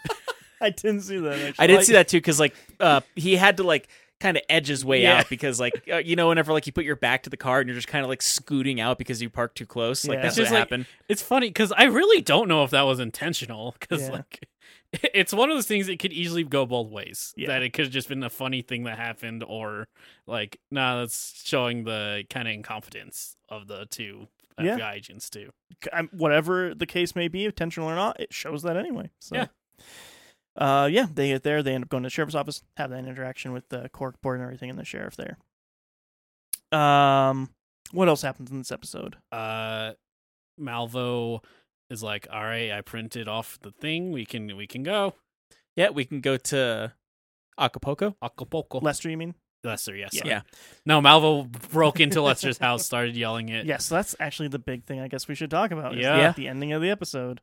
I didn't see that. Actually. I did Like, see that too because like uh, he had to like kind of edge his way Yeah. out because like uh, you know whenever like you put your back to the car and you're just kind of like scooting out because you parked too close like Yeah. It's that's what just like- happened. It's funny because I really don't know if that was intentional. Because Yeah. like, it's one of those things that could easily go both ways. Yeah. That it could have just been a funny thing that happened, or like, nah, that's showing the kind of incompetence of the two Yeah. FBI agents too. I'm- um, whatever the case may be, intentional or not, it shows that anyway. So, Yeah. uh, yeah, they get there. They end up going to the sheriff's office, have that interaction with the cork board and everything, and the sheriff there. Um, what else happens in this episode? Uh, Malvo is like, all right, I printed off the thing. We can we can go Yeah, we can go to Acapulco. Acapulco. Lester, you mean? Lester, yes, Yeah. sorry. Yeah. No, Malvo broke into Lester's house, started yelling Yes, it. so that's actually the big thing I guess we should talk about. is Yeah. the ending of the episode.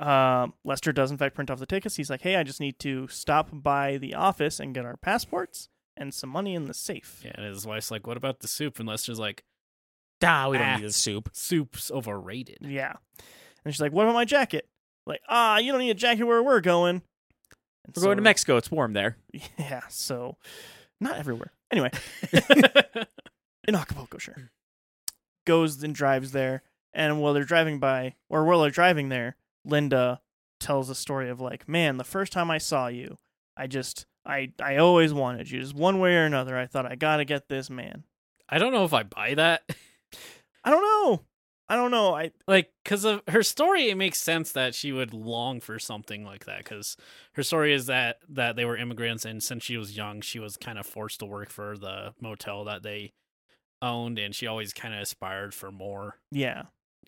Um, Lester does in fact print off the tickets. He's like, "Hey, I just need to stop by the office and get our passports and some money in the safe." Yeah, and his wife's like, what about the soup? And Lester's like. Duh, we don't Ah. need the soup. soup's overrated. Yeah. And she's like, What about my jacket? Like, ah, you don't need a jacket where we're going. And We're going to so- Mexico. It's warm there. Yeah, so not everywhere. Anyway, in Acapulco, sure. Goes and drives there. And while they're driving by, or while they're driving there, Linda tells the story of like, man, the first time I saw you, I just, I, I always wanted you. Just one way or another, I thought I gotta get this man. I don't know if I buy that. I don't know. I don't know. I Like, because of her story, it makes sense that she would long for something like that. Because her story is that that they were immigrants, and since she was young, she was kind of forced to work for the motel that they owned, and she always kind of aspired for more. Yeah.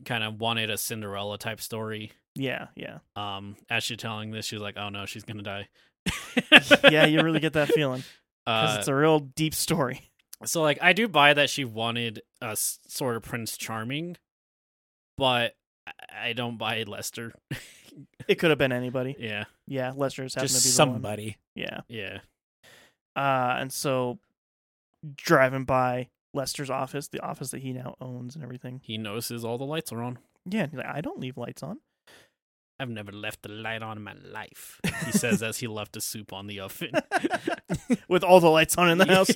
Kind of wanted a Cinderella type story. Yeah. Yeah. Um, as she's telling this, she's like, "Oh no, she's gonna die." yeah. You really get that feeling because Uh, it's a real deep story. so like I do buy that she wanted a s- sort of Prince Charming, but I- I don't buy Lester. It could have been anybody. yeah, Yeah. Lester just happened Just to be The one. somebody. Yeah. yeah. Uh, and so driving by Lester's office, the office that he now owns and everything. He notices all the lights are on. Yeah. And he's like, I don't leave lights on. I've never left the light on in my life. He says as he left the soup on the oven. With all the lights on in the house.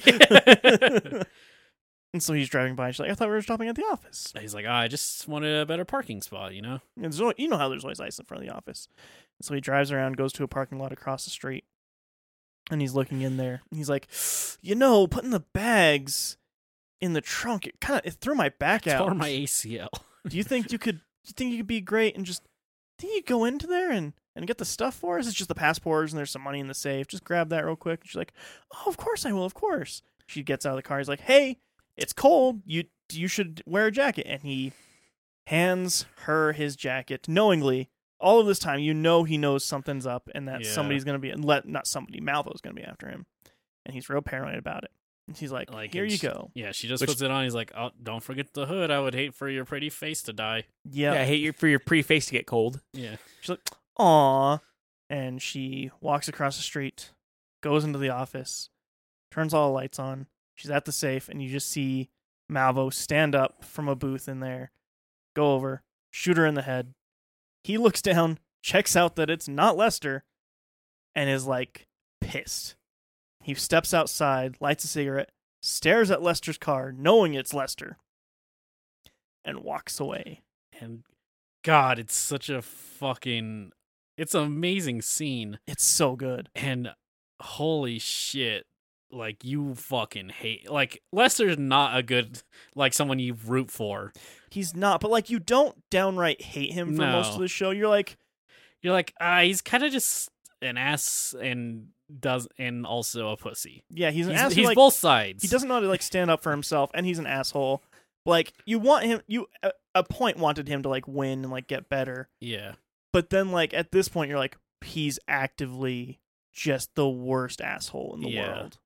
Yeah. and so he's driving by. And she's like, I thought we were stopping at the office. He's like, "Ah, I just wanted a better parking spot, you know? And so you know how there's always ice in front of the office. And so he drives around, goes to a parking lot across the street, and he's looking in there. And he's like, you know, putting the bags in the trunk, it kind of it threw my back out. Tore my ACL. Do you think you could? Do you think you could be great and just? Think you could go into there and and get the stuff for us? It's just the passports and there's some money in the safe. Just grab that real quick. And she's like, oh, of course I will, of course. She gets out of the car. He's like, hey, it's cold. You you should wear a jacket. And he hands her his jacket knowingly. All of this time, you know he knows something's up, and that Yeah. somebody's gonna be let not somebody Malvo's gonna be after him, and he's real paranoid about it. And she's like, Like, here you it's- go. Yeah, she just Which- puts it on. He's like, "Oh, don't forget the hood. I would hate for your pretty face to die." Yeah, Yeah, I hate your, for your pretty face to get cold. Yeah. Aw. And she walks across the street, goes into the office, turns all the lights on. She's at the safe, and you just see Malvo stand up from a booth in there, go over, shoot her in the head. He looks down, checks out that it's not Lester, and is like pissed. He steps outside, lights a cigarette, stares at Lester's car, knowing it's Lester, and walks away. And God, it's such a fucking it's an amazing scene. It's so good. And holy shit. Like you fucking hate like Lester's not a good like someone you root for. He's not, but like you don't downright hate him for No. most of the show. You're like, You're like, ah, he's kinda just an ass and does and also a pussy. yeah, he's an He's, asshole. he's like, both sides. He doesn't know how to like stand up for himself, and he's an asshole. Like you want him, you a, a point wanted him to like win and like get better, Yeah. but then like at this point you're like, he's actively just the worst asshole in the Yeah. world.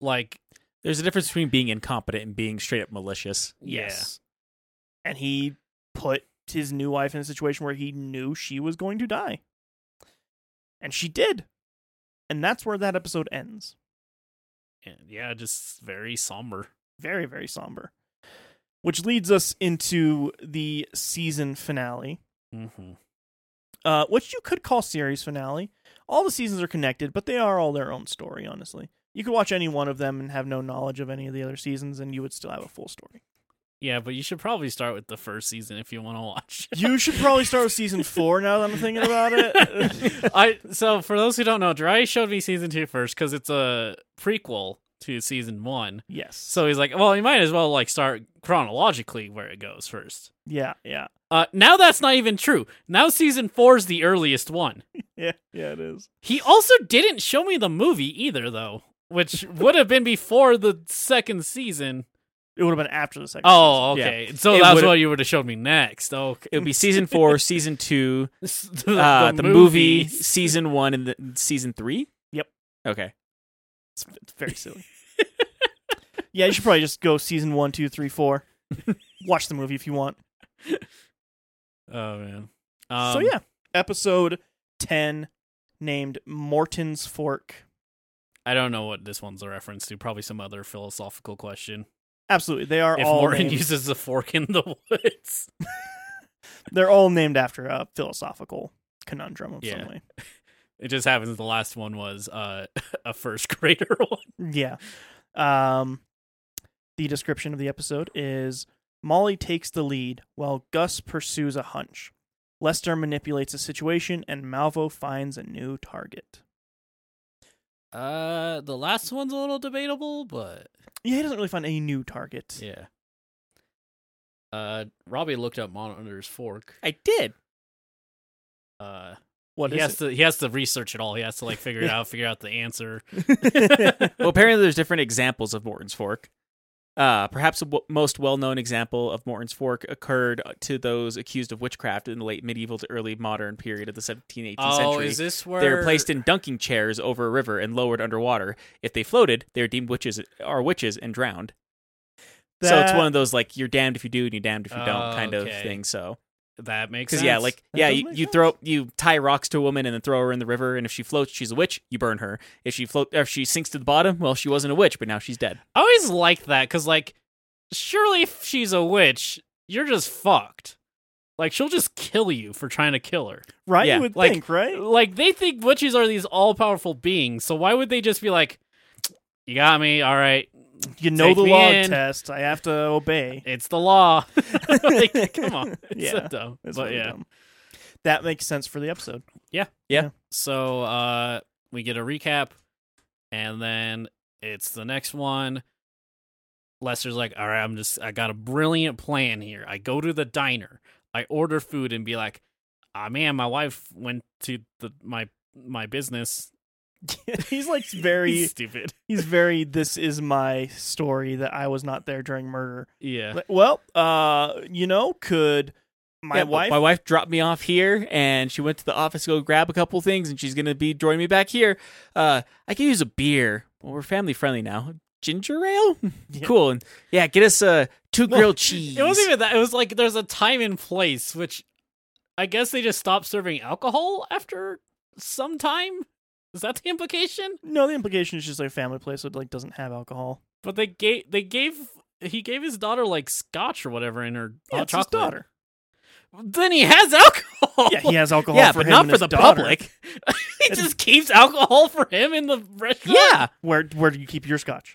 Like There's a difference between being incompetent and being straight up malicious. Yeah. Yes, and he put his new wife in a situation where he knew she was going to die, and she did, and that's where that episode ends. eh, yeah, just very somber. very very somber which leads us into the season finale Mm-hmm. uh, which you could call series finale all the seasons are connected but they are all their own story honestly you could watch any one of them and have no knowledge of any of the other seasons and you would still have a full story Yeah, but you should probably start with the first season if you want to watch. you should probably start with season four now that i'm thinking about it I so for those who don't know, Dry showed me season two first because it's a prequel to season one. yes So he's like, well, you might as well like start chronologically where it goes first. yeah yeah Uh, now that's not even true. Now season four is the earliest one. yeah yeah it is He also didn't show me the movie either, though, which would have been before the second season. it would have been after the second Oh, okay. So It that's would've- what you would have showed me next. Okay. It would be season four, season two, the, uh, the, movie, movies. season one, and the, season three. Yep. Okay. season. it's, it's very silly yeah you should probably just go season one two three four watch the movie if you want Oh man. Um, so yeah, episode ten, named Morton's Fork. I don't know what this one's a reference to. Probably some other philosophical question. Absolutely, they are If all Morin named, uses a fork in the woods, they're all named after a philosophical conundrum of Yeah. some way. it just happens. The last one was uh, a first grader one. Yeah. Um, the description of the episode is Molly takes the lead while Gus pursues a hunch. Lester manipulates a situation, and Malvo finds a new target. Uh, the last one's a little debatable, but Yeah, he doesn't really find a new target. Yeah. Uh, Robbie looked up Monitor's fork. I did. Uh, What he is has to he has to research it all. He has to like figure it out, figure out the answer. it? Well, apparently there's different examples of Morton's fork. Uh, perhaps the w- most well known example of Morton's Fork occurred uh, to those accused of witchcraft in the late medieval to early modern period of the 17th, 18th Oh, century. is this where They were placed in dunking chairs over a river and lowered underwater. If they floated, they were deemed witches are witches and drowned. so it's That- one of those like you're damned if you do and you're damned if you don't Oh, kind of okay. thing. So That makes because sense. yeah, like That yeah, does you, make you sense. throw you tie rocks to a woman and then throw her in the river, and if she floats, she's a witch. You burn her. If she float, or if she sinks to the bottom, well, she wasn't a witch, but now she's dead. I always like that because like surely if she's a witch, you're just fucked. Like she'll just kill you for trying to kill her. Right? Yeah, you would like- uh, think, right? Like they think witches are these all powerful beings, so why would they just be like, "You got me, all right, You know Take the me log in. test. I have to obey. it's the law." like, come on, it's so Yeah, dumb. That's but really yeah, dumb. That makes sense for the episode. so uh, we get a recap, and then it's the next one. Lester's like, all right, I'm just, I got a brilliant plan here. I go to the diner, I order food, and be like, ah, man, my wife went to the my my business. he's like very stupid. he's very this is my story that I was not there during murder. Yeah, Like, well, uh, you know, could my Yeah, but wife my wife dropped me off here, and she went to the office to go grab a couple things, and she's gonna be joining me back here. Uh, I could use a beer. Well, we're family friendly now. Ginger ale, Yeah. cool, and yeah, get us uh, two Well, grilled cheese. it wasn't even that. It was like there's a time and place, which I guess they just stopped serving alcohol after some time. Is that the implication? No, the implication is just like a family place that like doesn't have alcohol. But they gave they gave he gave his daughter like scotch or whatever in her Yeah, hot it's his chocolate. daughter. Then he has alcohol. Yeah, he has alcohol yeah, for but him not and for his the daughter. public. he just keeps alcohol for him in the restaurant. Yeah, Where where do you keep your scotch?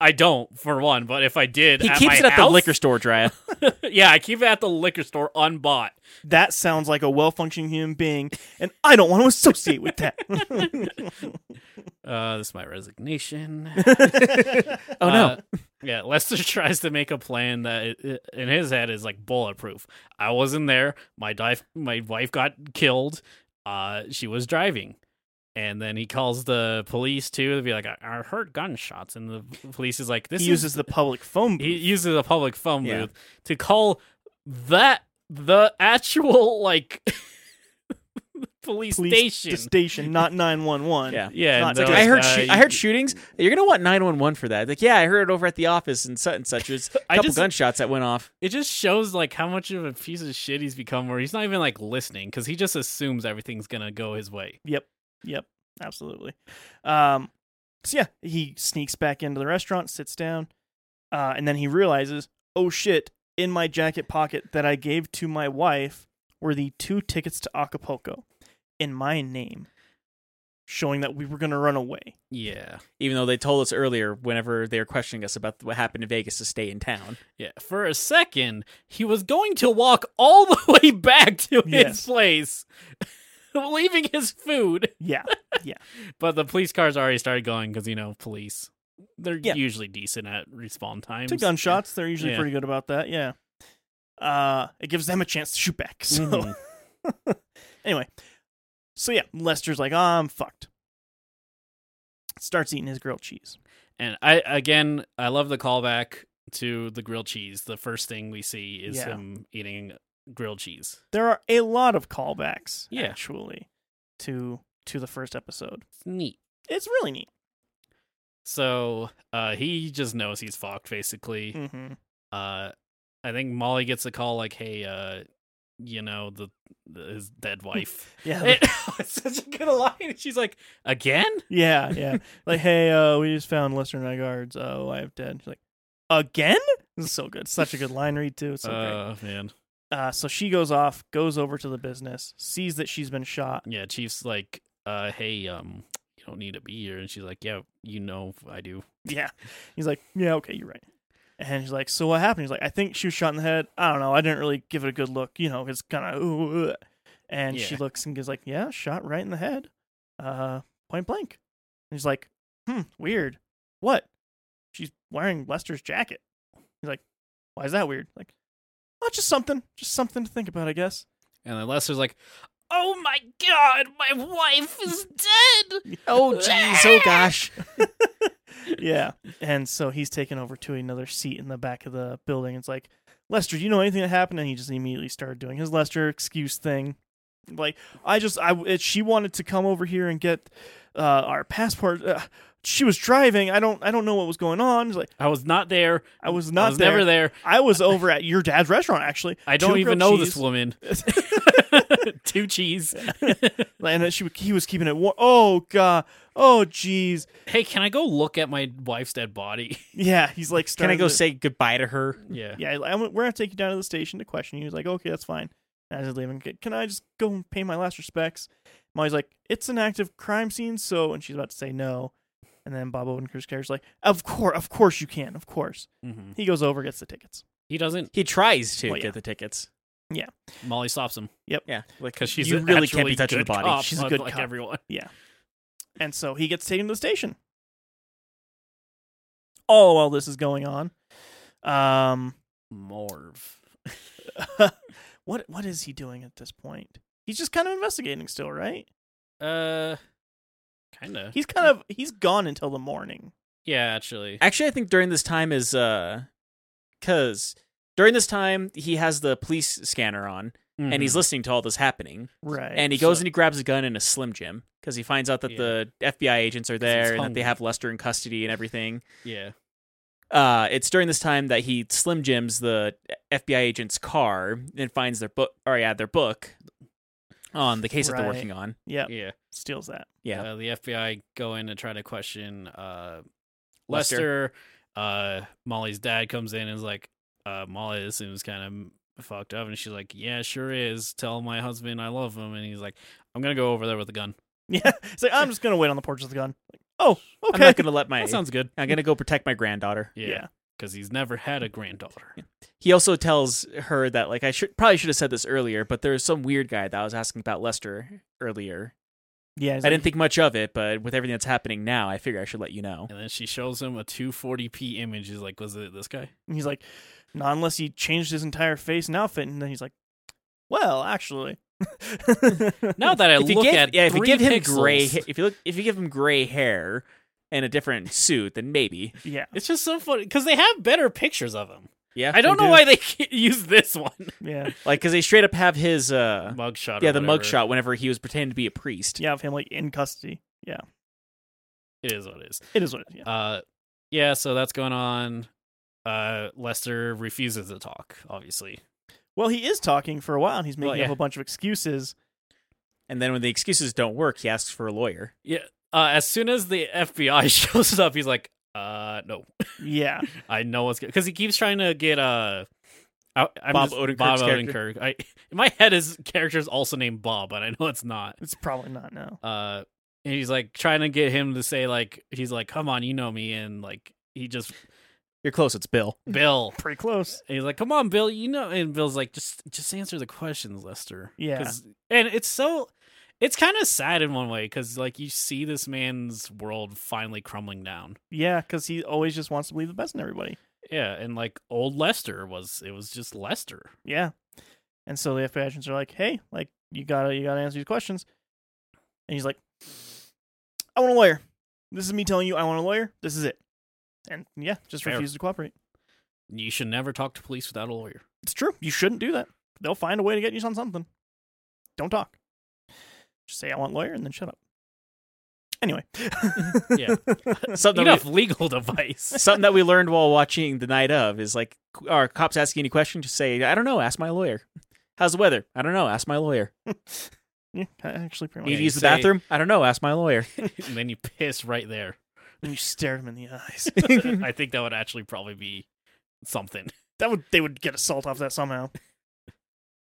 I don't for one, but if I did, he at keeps my it at house- the liquor store, Drea. yeah, I keep it at the liquor store unbought. That sounds like a well functioning human being, and I don't want to associate with that. Uh, this is my resignation. Oh no, Uh, yeah, Lester tries to make a plan that i- i- in his head is like bulletproof. I wasn't there. My dive, my wife got killed. Uh, she was driving, and then he calls the police too to be like, I, I heard gunshots, and the police is like, this he is- uses the public phone he booth. uses a public phone Yeah. booth to call that the actual like police, police station. to station, not nine one one. Yeah. yeah, Not and like, they're I heard uh, shoo- I heard shootings. You're gonna want nine one one for that. Like, yeah, I heard it over at the office and such and such. There's a I couple just- gunshots that went off. it just shows like how much of a piece of shit he's become where he's not even like listening because he just assumes everything's gonna go his way Yep, absolutely. Um, so yeah, he sneaks back into the restaurant, sits down, uh, and then he realizes, oh shit, in my jacket pocket that I gave to my wife were the two tickets to Acapulco in my name, showing that we were gonna run away. yeah Even though they told us earlier, whenever they were questioning us about what happened in Vegas, to stay in town. yeah for a second he was going to walk all the way back to Yes. his place leaving his food Yeah, but the police cars already started going because you know police they're Yeah. usually decent at respawn times to gunshots, they're usually Yeah. pretty good about that. Yeah, uh, it gives them a chance to shoot back. So. Mhm. anyway, so yeah, Lester's like, "Ah, I'm fucked. Starts eating his grilled cheese. and i again i love the callback to the grilled cheese the first thing we see is Yeah. him eating grilled cheese There are a lot of callbacks, Yeah. actually, to to the first episode. it's neat It's really neat. So uh, he just knows he's fucked, basically. Mm-hmm. Uh, I think Molly gets a call like, "Hey, uh, you know the, the his dead wife." Yeah, It- it's such a good line. She's like, "Again?" yeah, yeah. like, hey, uh, we just found Lester Nygaard's uh, wife dead. She's like, again? This is so good. Such a good line read too. It's so great. Oh man, Uh, so she goes off, goes over to the business, sees that she's been shot. yeah. Chief's like, uh, "Hey, um, you don't need to be here," and she's like, "Yeah, you know I do." Yeah. He's like, yeah, okay, you're right. And he's like, so what happened? He's like, I think she was shot in the head. I don't know. I didn't really give it a good look. You know, it's kind of. And she Yeah. looks and goes like, yeah, shot right in the head, uh, point blank. And he's like, hmm, weird. What? She's wearing Lester's jacket. He's like, why is that weird? Like, oh, just something, just something to think about, I guess. And then Lester's like, "Oh my god, my wife is dead." Oh jeez, oh gosh. yeah. And so he's taken over to another seat in the back of the building. It's like, Lester, do you know anything that happened? And he just immediately started doing his Lester excuse thing. Like, I just, I, it, she wanted to come over here and get uh, our passport. Uh, she was driving. I don't, I don't know what was going on. He's like, I was not there. I was not I was there. never there. I was over at your dad's restaurant actually. I Two don't grilled even know this cheese. woman. Two cheese. And then she, w- he was keeping it warm. Oh god. Oh jeez. Hey, can I go look at my wife's dead body? Yeah. He's like, Can I starting go to- say goodbye to her? Yeah. Yeah, I- I'm, we're gonna take you down to the station to question you. He's like, okay, that's fine. And I just leave him. Can I just go and pay my last respects? Molly's like, it's an active crime scene, so and she's about to say no, and then Bob Odenkirk's character's like, of course, of course you can, of course. Mhm. He goes over, gets the tickets. He doesn't. He tries to Well, yeah. get the tickets. Molly stops him Yeah, like because she's you an really can't actually be touching the good body. Cop, She's a good unlike cop. everyone. And so he gets taken to the station. Oh, while this is going on, um, Morv. what what is he doing at this point? He's just kind of investigating still, right? Uh, kind of. He's kind of he's gone until the morning. Yeah, actually. Actually, I think during this time is uh, cause during this time he has the police scanner on Mm-hmm. and he's listening to all this happening. Right. And he So- goes and he grabs a gun and a Slim Jim because he finds out that Yeah. the FBI agents are 'Cause he's there and that hungry. they have Lester in custody and everything. Yeah. Uh, it's during this time that he Slim Jims the FBI agent's car and finds their book. Or yeah, their book on the case that they're Right. working on. yeah, Yeah. steals that. Yeah. Uh, the FBI go in and try to question uh, Lester. Lester. Uh, Molly's dad comes in and is like, uh, Molly, this seems kind of fucked up. And she's like, Yeah, sure is. Tell my husband I love him. And he's like, I'm going to go over there with a gun. Yeah. It's like, I'm just going to wait on the porch with the gun. Like, oh, I'm okay. not gonna let my. That sounds good. I'm gonna go protect my granddaughter. yeah. Yeah. Because he's never had a granddaughter. he also tells her that like I should probably should have said this earlier, but there's some weird guy that I was asking about Lester earlier. Yeah. he's I like, didn't think much of it, but with everything that's happening now, I figure I should let you know. And then she shows him a 240p image. He's like, Was it this guy? he's like, not unless he changed his entire face and outfit. And then he's like, well, actually. Now that I if you look give, at yeah, if you three give him pixels, gray, ha- if you look, if you give him gray hair and a different suit, then maybe. yeah. It's just so funny because they have better pictures of him. Yeah, I don't They know do. why they can't use this one. Yeah. like because they straight up have his uh, Mugshot. yeah, or the whatever. mugshot whenever he was pretending to be a priest. Yeah. Of him, like, in custody. Yeah. It is what it is. It is what it is. Yeah. Uh, yeah, so that's going on. Uh, Lester refuses to talk, obviously. Well, he is talking for a while and he's making Well, up yeah. a bunch of excuses. And then when the excuses don't work, he asks for a lawyer. Yeah. Uh, as soon as the FBI shows up, he's like, uh, no, Yeah. I know what's good. Because he keeps trying to get, uh, I, I'm Bob just- Odenkirk's Bob character. Odenkirk. I, in my head, his character is also named Bob, but I know it's not. It's probably not now. Uh, and he's like trying to get him to say, like, he's like, come on, you know me. And like, he just, You're close. It's Bill. Bill. Pretty close. And he's like, "Come on, Bill, you know." And Bill's like, "Just, just answer the questions, Lester." Yeah. 'Cause- and it's so, it's kind of sad in one way because like you see this man's world finally crumbling down. Yeah. Because he always just wants to believe the best in everybody. Yeah, and like old Lester was, it was just Lester. Yeah. And so the FBI agents are like, "Hey, like you gotta you gotta answer these questions." And he's like, "I want a lawyer. This is me telling you I want a lawyer. This is it." And yeah, just Fair. refuses to cooperate. You should never talk to police without a lawyer. It's true. You shouldn't do that. They'll find a way to get you on something. Don't talk. Just say I want lawyer and then shut up. Anyway. Yeah. Something that we- Enough legal device. something that we learned while watching the night of is like our cops asking any question just say i don't know ask my lawyer how's the weather i don't know ask my lawyer yeah, actually pretty need much. to you use the say- bathroom i don't know ask my lawyer and then you piss right there. And you stare him in the eyes. I think that would actually probably be something. that would they would get assault off that somehow.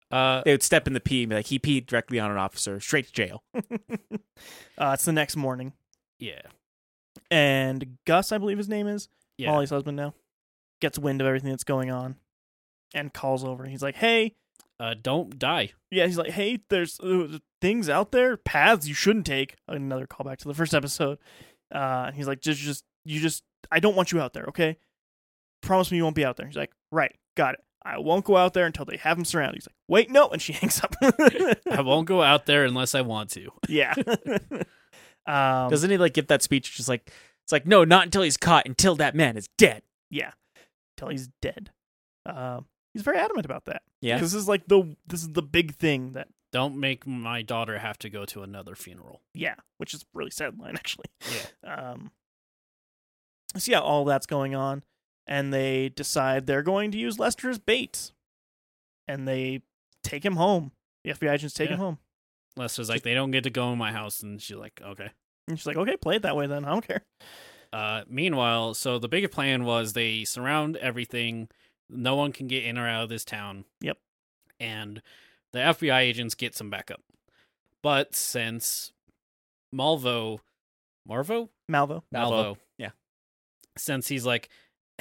Uh, they would step in the pee and be like he peed directly on an officer straight to jail Uh, it's the next morning. yeah, and Gus, I believe his name is yeah. Molly's husband now, gets wind of everything that's going on, and calls over. He's like, "Hey, Uh, don't die. yeah." He's like, "Hey, there's uh, things out there, paths you shouldn't take." Another callback to the first episode. Uh, and he's like, "Just, just you, just I don't want you out there, okay? Promise me you won't be out there." He's like, "Right, got it. I won't go out there until they have him surrounded." He's like, "Wait, no," and she hangs up. I won't go out there unless I want to. yeah. um, doesn't he like give that speech just like It's like, no, not until he's caught, until that man is dead. Yeah, till he's dead. Uh, he's very adamant about that. Yeah. this is like the this is the big thing that Don't make my daughter have to go to another funeral. yeah, which is a really sad line actually. Yeah. Um, so yeah, all that's going on, and they decide they're going to use Lester as bait, and they take him home. The FBI agents take him Yeah. home, Lester's like, they don't get to go in my house, and she's like, okay. and she's like, "Okay, play it that way, then. I don't care." Uh, meanwhile, so the bigger plan was they surround everything. No one can get in or out of this town. Yep. And the FBI agents get some backup. But since Malvo, Marvo? Malvo, Malvo. Yeah. Since he's like,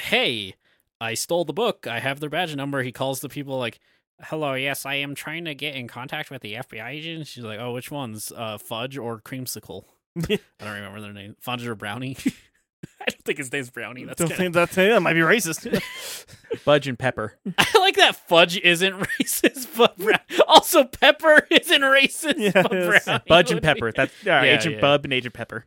hey, I stole the book. I have their badge number. He calls the people like, hello, yes, I am trying to get in contact with the FBI agent. She's like, oh, which ones? Uh, Fudge or Creamsicle? I don't remember their name. Fudge or Brownie? I don't think his name's Brownie. That's don't kinda- think that's that might be racist. Budge and Pepper. I like that Fudge isn't racist, but Brown. Also, Pepper isn't racist, Yeah, but yes. Brownie Budge and would Pepper. be. That's all right, Yeah, Agent yeah. Bub and Agent Pepper.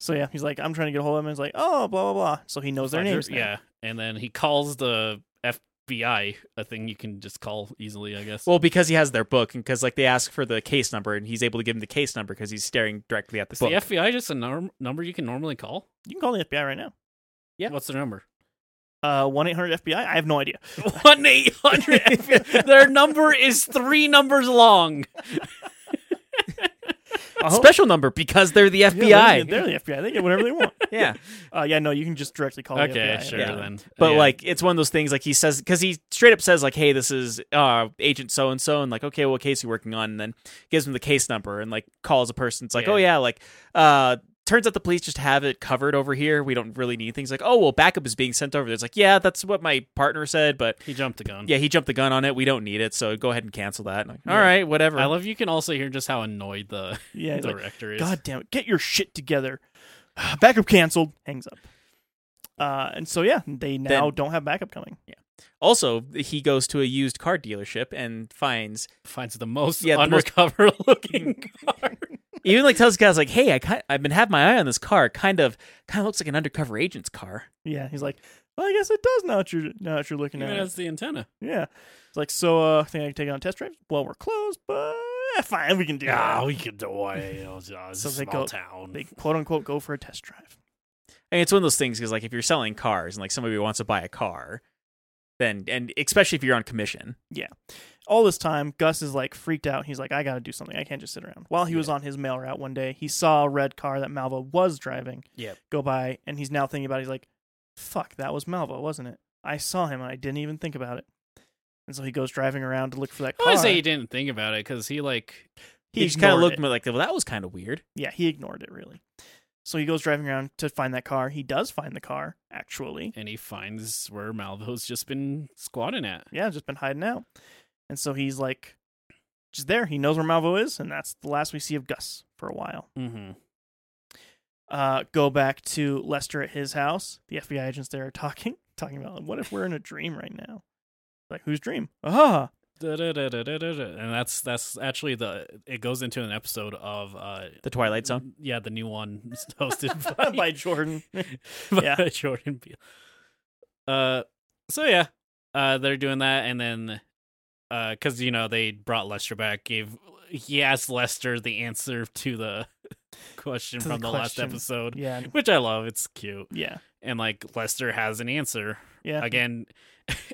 so yeah, he's like, "I'm trying to get a hold of him." And he's like, "Oh, blah blah blah." So he knows their Fudge or- names. now. Yeah, and then he calls the FBI, a thing you can just call easily, I guess. Well, because he has their book, and because like they ask for the case number, and he's able to give them the case number because he's staring directly at the Is book. the FBI just a norm- number you can normally call? you can call the FBI right now. Yeah. What's their number? Uh, one eight hundred FBI. I have no idea. One eight hundred. Their number is three numbers long. Special number because they're the FBI. Yeah, they're, the- they're the FBI. They get whatever they want. yeah. Uh, yeah, no, you can just directly call Oh, the FBI. Okay, sure yeah. then. But Yeah. like it's one of those things like he says because he straight up says like, "Hey, this is uh, Agent So and So," and like, "Okay, what case are you working on?" And then gives him the case number and like calls a person. It's like, Yeah. "Oh yeah," like uh, turns out the police just have it covered over here. We don't really need things like, "Oh well, backup is being sent over." There's like, "Yeah, that's what my partner said," but he jumped the gun. yeah, he jumped the gun on it. We don't need it, so go ahead and cancel that. And like, All Yeah. right, whatever. I love you can also hear just how annoyed the Yeah, he's like, director is. God damn it. Get your shit together. backup canceled. Hangs up. Uh, and so, yeah, they now Then- don't have backup coming. also, he goes to a used car dealership and finds finds the most Yeah, the most- undercover looking car. even like tells the guys like, "Hey, I kind, I've been having my eye on this car. Kind of, kind of looks like an undercover agent's car." Yeah, he's like, well, I guess it does now that you're, now that you're looking Even at it. has the antenna. Yeah. It's like, so, uh, I think I can take it on a test drive. Well, we're closed, but eh, fine, we can do that. we could do it. It's a So they go- town. They quote unquote go for a test drive. And it's one of those things because like if you're selling cars and like somebody wants to buy a car, then and especially if you're on commission, All this time, Gus is like freaked out. He's like, I got to do something. I can't just sit around. While he was on his mail route one day, he saw a red car that Malva was driving Yep. go by, and he's now thinking about it. He's like, fuck, that was Malva, wasn't it? I saw him, and I didn't even think about it. And so he goes driving around to look for that I car. would say he didn't think about it because he like he just kind of ignored looked at it. me like, "Well, that was kind of weird." Yeah, he ignored it, really. So he goes driving around to find that car. He does find the car, actually. and he finds where Malvo's just been squatting at. Yeah, just been hiding out. And so he's like, just there. He knows where Malvo is, and that's the last we see of Gus for a while. Mm-hmm. uh, go back to Lester at his house. The FBI agents there are talking, talking about what if we're in a dream right now? Like whose dream? Ah, And that's that's actually the it goes into an episode of uh The Twilight Zone. yeah the new one hosted by, by Jordan. by Yeah. Jordan Peele. Uh, so yeah, uh, they're doing that, and then, uh, because you know they brought Lester back, gave he asked Lester the answer to the question To the from the, last question. episode, yeah, and- which I love. It's cute, yeah, and like Lester has an answer yeah. again.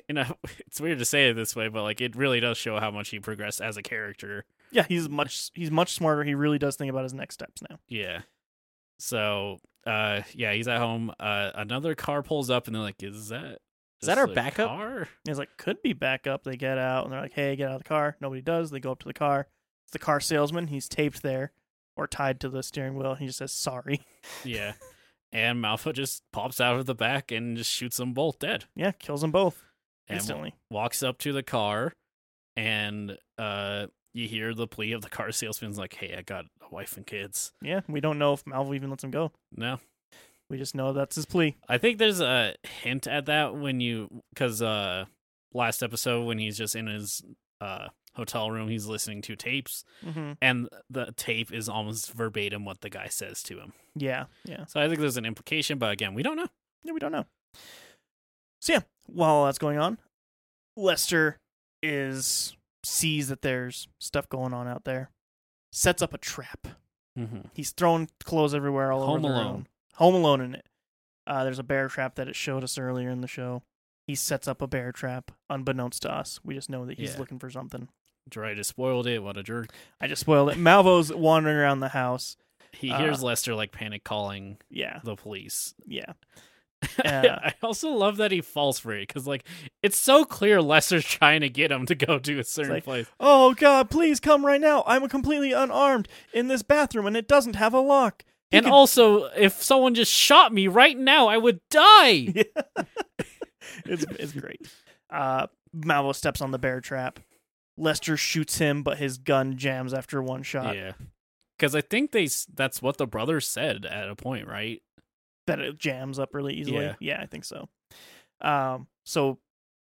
You know, it's weird to say it this way, but like it really does show how much he progressed as a character. Yeah, he's much he's much smarter. He really does think about his next steps now. Yeah. So, uh, yeah, he's at home. Uh, another car pulls up, and they're like, "Is that Is that our just a backup?" car? He's like, could be back up. They get out and they're like, hey, get out of the car. Nobody does. They go up to the car. It's the car salesman. He's taped there or tied to the steering wheel. He just says sorry. Yeah. And Malfa just pops out of the back and just shoots them both dead. Yeah, kills them both And wa- instantly. walks up to the car and uh you hear the plea of the car salesman's like, Hey, I got a wife and kids. Yeah, we don't know if Malvo even lets him go. No. We just know that's his plea. I think there's a hint at that when you because uh last episode when he's just in his uh hotel room. He's listening to tapes, hmm and the tape is almost verbatim what the guy says to him. Yeah, yeah. So I think there's an implication, but again, we don't know. Yeah, we don't know. So yeah, while all that's going on, Lester is sees that there's stuff going on out there, sets up a trap. Mm-hmm. He's throwing clothes everywhere, all Home over the Alone. room. Home Alone in it. Uh, there's a bear trap that it showed us earlier in the show. He sets up a bear trap, unbeknownst to us. We just know that he's Yeah. looking for something. Dry just spoiled it. What a jerk! I just spoiled it. Malvo's wandering around the house. He Uh, hears Lester like panic calling Yeah, the police. yeah. Uh, I also love that he falls for it because like it's so clear Lester's trying to get him to go to a certain like, place. Oh God, please come right now. I'm completely unarmed in this bathroom and it doesn't have a lock. He And could- also, if someone just shot me right now, I would die. it's it's great. Uh Malvo steps on the bear trap. Lester shoots him, but his gun jams after one shot. Yeah, because I think they s- that's what the brothers said at a point, right? That it jams up really easily. Yeah. I think so. Um so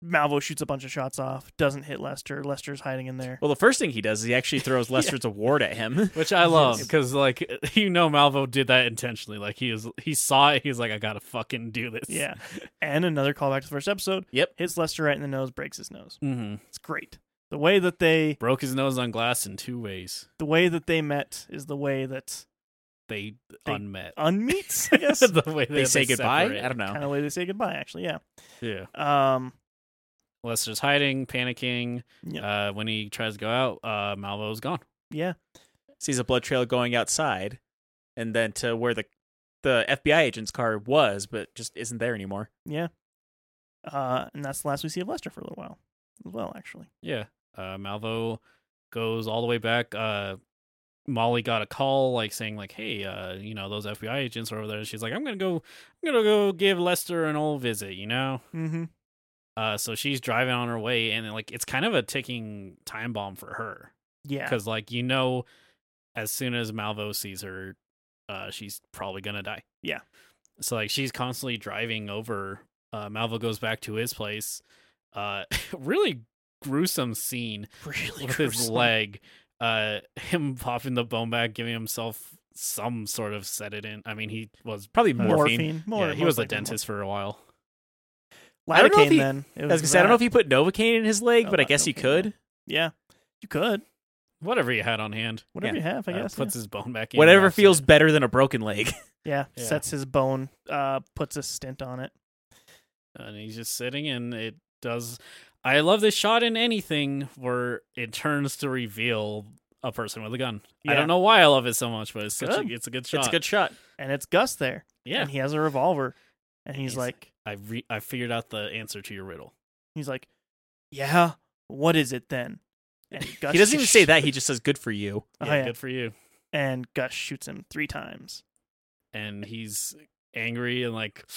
Malvo shoots a bunch of shots off, doesn't hit Lester. Lester's hiding in there. Well, the first thing he does is he actually throws Lester's award at him. Which I love Yes. because like you know Malvo did that intentionally. Like he was he saw it. He's like, I gotta fucking do this. Yeah. And another callback to the first episode. Yep. Hits Lester right in the nose, breaks his nose. hmm It's great. The way that they broke his nose on glass in two ways. the way that they met is the way that They, They- unmet. unmeets, I guess. the way They say goodbye. I don't kind know. of way they say goodbye, actually, yeah. Yeah, Um Lester's hiding, panicking. yeah, Uh, when he tries to go out, uh, Malvo's gone. yeah. Sees a blood trail going outside, and then to where the the FBI agent's car was, but just isn't there anymore. Yeah. Uh, and that's the last we see of Lester for a little while as well, actually. Yeah. Uh, Malvo goes all the way back. Uh, Molly got a call like saying like, "Hey, uh, you know those FBI agents are over there." She's like, "I'm gonna go, I'm gonna go give Lester an old visit," you know. Mm-hmm. Uh, so she's driving on her way, and like it's kind of a ticking time bomb for her Yeah. because like you know, as soon as Malvo sees her, uh, she's probably gonna die. Yeah. So like she's constantly driving over. Uh, Malvo goes back to his place. Uh, really gruesome scene Really with his gruesome. leg, uh, him popping the bone back, giving himself some sort of sedatant. I mean, he was Probably Uh, Morphine. morphine. More, yeah, he most was a likely more. dentist for a while. Lidocaine, I don't know if he- then. It I was was gonna say I don't know that. if he put novocaine in his leg, Oh, but I not guess he Novocaine, could. Yeah. You could. Whatever he had on hand, Whatever Yeah. you have, I uh, guess. puts his bone back in. Whatever after- feels better than a broken leg. yeah. Yeah. yeah. Sets his bone, uh, puts a stint on it. and he's just sitting, and it does. I love this shot in anything where it turns to reveal a person with a gun. I Yeah. don't know why I love it so much, but it's such Good. a, it's a good shot. It's a good shot. And it's Gus there. yeah. And he has a revolver. And And he's he's like, I re- I figured out the answer to your riddle. he's like, yeah, what is it then? And Gus He doesn't even just say sh- that. He just says, "Good for you." Oh, yeah, yeah. good for you. And Gus shoots him three times. and he's angry and like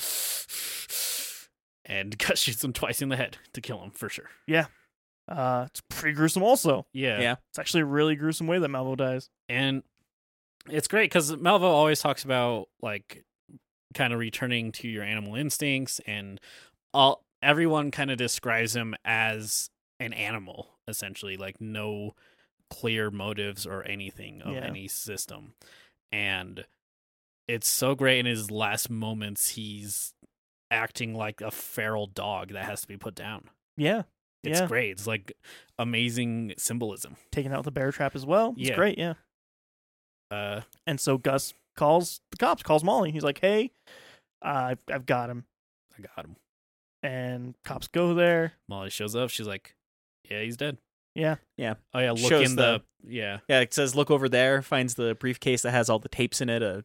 and Gus shoots him twice in the head to kill him for sure. Uh, it's pretty gruesome, also. Yeah. Yeah. It's actually a really gruesome way that Malvo dies. And it's great cuz Malvo always talks about like kind of returning to your animal instincts and all everyone kind of describes him as an animal essentially like no clear motives or anything of Yeah. any system. And it's so great in his last moments he's acting like a feral dog that has to be put down. Yeah. It's yeah. great. It's like amazing symbolism. Taking out the bear trap as well. It's Yeah. great, yeah. Uh And so Gus calls the cops, calls Molly. He's like, hey, uh, I've, I've got him. I got him. And cops go there. Molly shows up. She's like, "Yeah, he's dead." Yeah. Yeah. Oh yeah, look Shows in the, yeah. Yeah, it says look over there, finds the briefcase that has all the tapes in it, uh,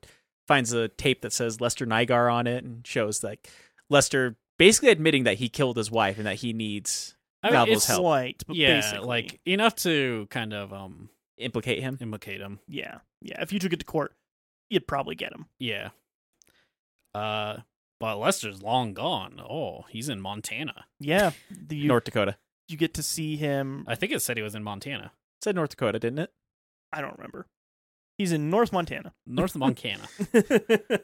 finds a tape that says Lester Nygar on it, and shows like Lester basically admitting that he killed his wife and that he needs I mean, Malvo's it's help. Slight, but yeah, basically. like enough to kind of um implicate him. implicate him. yeah. Yeah. If you took it to court, you'd probably get him. Yeah. Uh, but Lester's long gone. Oh, he's in Montana. Yeah. The, you, North Dakota. you get to see him. I think it said he was in Montana, It said North Dakota, didn't it? I don't remember. He's in North Montana. North Montana. uh,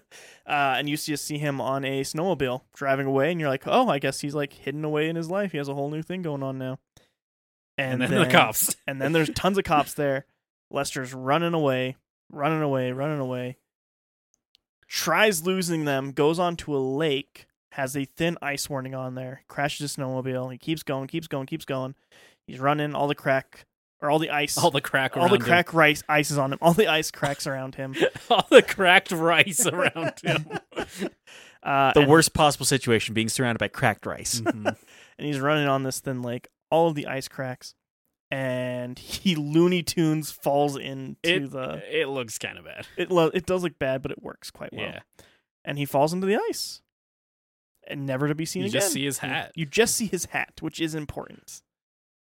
and you just see him on a snowmobile driving away, and you're like, oh, I guess he's like hidden away in his life. He has a whole new thing going on now. and, then, the cops. And then there's tons of cops there. Lester's running away, running away, running away. Tries losing them, goes onto a lake, has a thin ice warning on there, crashes his snowmobile. He keeps going, keeps going, keeps going. He's running all the crack or all the ice. All the crack, all the around him. crack rice ice is on him. All the ice cracks around him. all the cracked rice around him. Uh, The and- worst possible situation being surrounded by cracked rice. Mhm. and he's running on this thin lake. All of the ice cracks, and he Looney Tunes falls into It- the. It looks kind of bad. It lo- it does look bad, but it works quite well. Yeah, And he falls into the ice, and never to be seen you again. just see his hat. You just see his hat, which is important,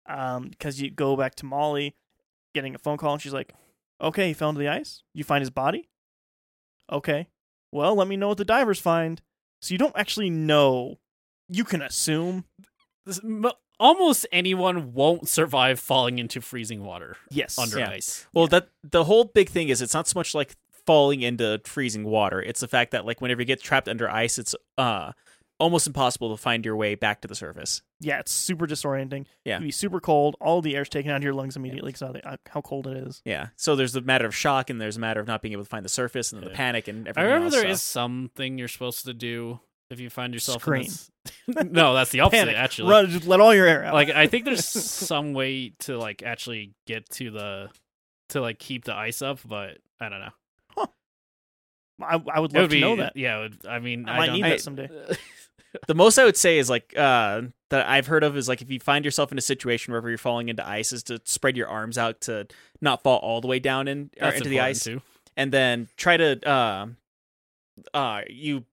um, because you go back to Molly, getting a phone call, and she's like, "Okay, he fell into the ice. You find his body. Okay, well, let me know what the divers find." So you don't actually know. You can assume. This- m- almost anyone won't survive falling into freezing water Yes. under Yeah. ice. Well, that the whole big thing is it's not so much like falling into freezing water. It's the fact that like whenever you get trapped under ice, it's uh almost impossible to find your way back to the surface. Yeah, it's super disorienting. Yeah. You'd be super cold. All the air's taken out of your lungs immediately because of the- uh, how cold it is. Yeah. So there's the matter of shock, and there's a matter of not being able to find the surface, and then the Yeah. panic, and I everything. remember else, there so. is something you're supposed to do if you find yourself Scream. in this. no, that's the opposite Panic. actually. Run, just let all your air out. Like I think there's some way to like actually get to the to like keep the ice up, but I don't know. I, I would It love would be to know that. yeah, it would- I mean I I, might don't need know. that someday. the most I would say is like uh that I've heard of is like if you find yourself in a situation wherever you're falling into ice, is to spread your arms out to not fall all the way down in, or That's into the important, ice, too. and then try to uh uh you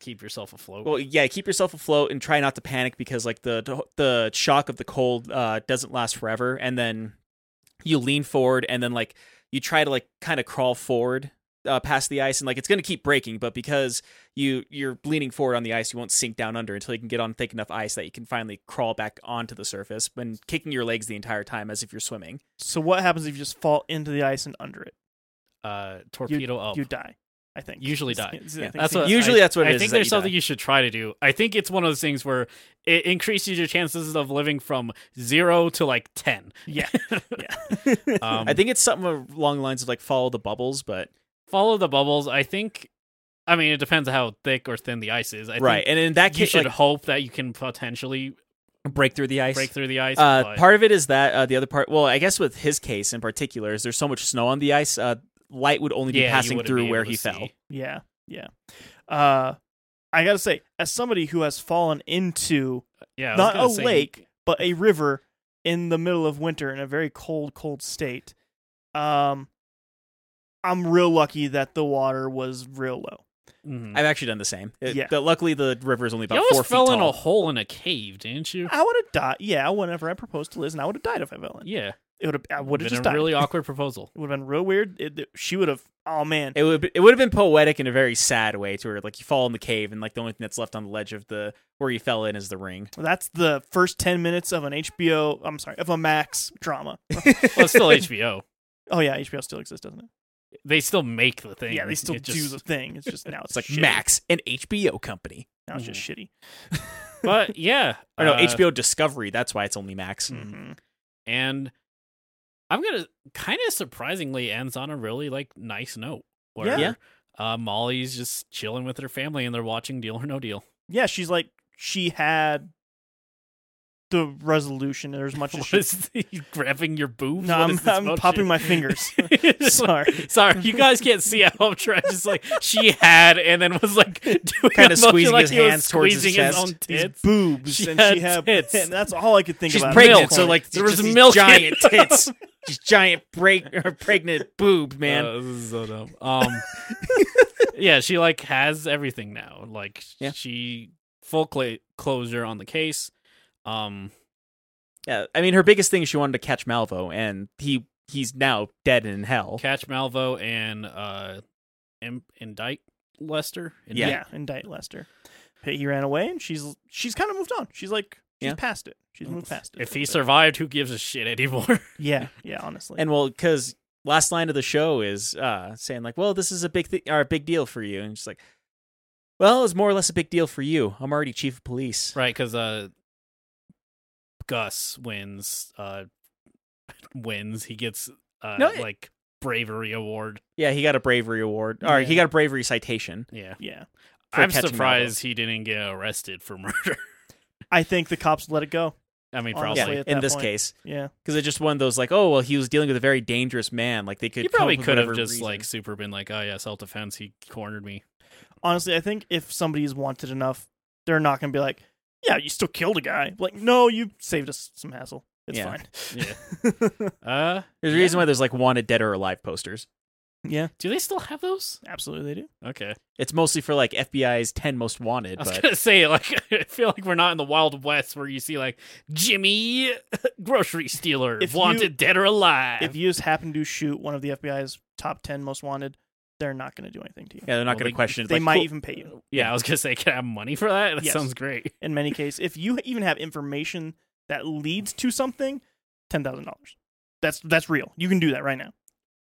Keep yourself afloat. Well, yeah, keep yourself afloat and try not to panic because like the the shock of the cold uh, doesn't last forever, and then you lean forward and then like you try to like kind of crawl forward uh, past the ice, and like it's gonna keep breaking, but because you you're leaning forward on the ice, you won't sink down under until you can get on thick enough ice that you can finally crawl back onto the surface, and kicking your legs the entire time as if you're swimming. So what happens if you just fall into the ice and under it? uh, torpedo up. You die. I think Usually It's- die. it's- I Yeah. think That's so. what Usually I, that's what it I is, think is that there's you something die. you should try to do. I think it's one of those things where it increases your chances of living from zero to like ten. Yeah. Um, I think it's something along the lines of like follow the bubbles, but follow the bubbles. I think. I mean, it depends how thick or thin the ice is. I right, Think and in that you case, should like, hope that you can potentially break through the ice. break through the ice. Uh, but- part of it is that uh, the other part. Well, I guess with his case in particular, is there's so much snow on the ice, uh, light would only be yeah, you passing wouldn't through be where able he to fell. see. yeah. Yeah. Uh, I gotta say, as somebody who has fallen into Yeah, I was not a gonna say- lake, but a river in the middle of winter in a very cold, cold state. Um, I'm real lucky that the water was real low. Mhm. I've actually done the same. It- Yeah. but luckily, the river is only You about four almost feet fell tall. in a hole in a cave, didn't you? I would have died. Yeah, whenever I proposed to Liz, and I would have died if I fell in. Yeah, It would have. I would have been just a died. really awkward proposal. it would have been real weird. It, it- she would have. Oh man. It would be- it would have been poetic in a very sad way, to where like you fall in the cave, and like the only thing that's left on the ledge of the where you fell in is the ring. That's the first ten minutes of an HBO. I'm sorry, of a Max drama. Well, it's still HBO. oh yeah, HBO still exists, doesn't it? They still make the thing. Yeah, they still It do just- the thing. It's just now it's, It's like shitty. Max, an HBO company, Now it's just Mm-hmm. shitty. But yeah, or no uh, HBO Discovery. That's why it's only Max. Mm-hmm. hmm and I'm gonna kind of surprisingly ends on a really like nice note where Yeah. uh, Molly's just chilling with her family and they're watching Deal or No Deal. yeah, she's like she had the resolution or as much as What she. is he grabbing your boobs? No, What I'm, is this I'm about popping you? my fingers. It's Sorry. like- sorry, you guys can't see how I'm trying. Just like she had, and then was like doing Kinda a motion squeezing like his he was hands towards his squeezing chest. own These tits. boobs, She and had she had tits. and that's all I could think She's about. pregnant, Milk. so like There just was these milk in giant it. tits, just giant break or pregnant boob, man. Uh, this is so dumb. Um, yeah, she like has everything now. Like Yeah. she full cl- closure on the case. Um, Yeah, I mean, her biggest thing is she wanted to catch Malvo, and he he's now dead in hell. catch Malvo and uh, Im- indict Lester. yeah. Yeah. yeah, indict Lester. But He ran away, and she's she's kind of moved on. She's like she's Yeah. past it. She's moved past it. If a he little bit. survived, who gives a shit anymore? yeah, yeah, honestly, And well, because last line of the show is uh, saying like, "Well, this is a big thi- or a big deal for you," and she's like, "Well, it's more or less a big deal for you. I'm already chief of police." right? Because uh, Gus wins uh wins. He gets uh No, it- like bravery award. Yeah, he got a bravery award. Or he Yeah. got a bravery citation. Yeah. Yeah. for I'm catching surprised he didn't get arrested for murder. I think the cops let it go. I mean Honestly, probably. at in that this point. case, Yeah. because it's just one of those like, oh well, he was dealing with a very dangerous man. Like they could, He probably come up with could have whatever just reason. like super been like, Oh yeah, self defense, he cornered me. Honestly, I think if somebody's wanted enough, they're not going to be like, yeah, you still killed a guy. Like, no, you saved us some hassle. It's Yeah. Yeah. fine. Uh There's a reason why there's like wanted dead or alive posters. yeah, do they still have those? absolutely they do. Okay. It's mostly for like FBI's ten most wanted. I was But gonna say, like, I feel like we're not in the Wild West where you see like Jimmy, grocery stealer, If you- wanted dead or alive. If you just happen to shoot one of the FBI's top 10 most wanted, they're not going to do anything to you. yeah, they're not Well, going they- to question it. They Like, might cool. even pay you. yeah, I was gonna say, can I have money for that? That Yes. sounds great. In many cases, if you even have information that leads to something, $10,000. That's that's real. You can do that right now.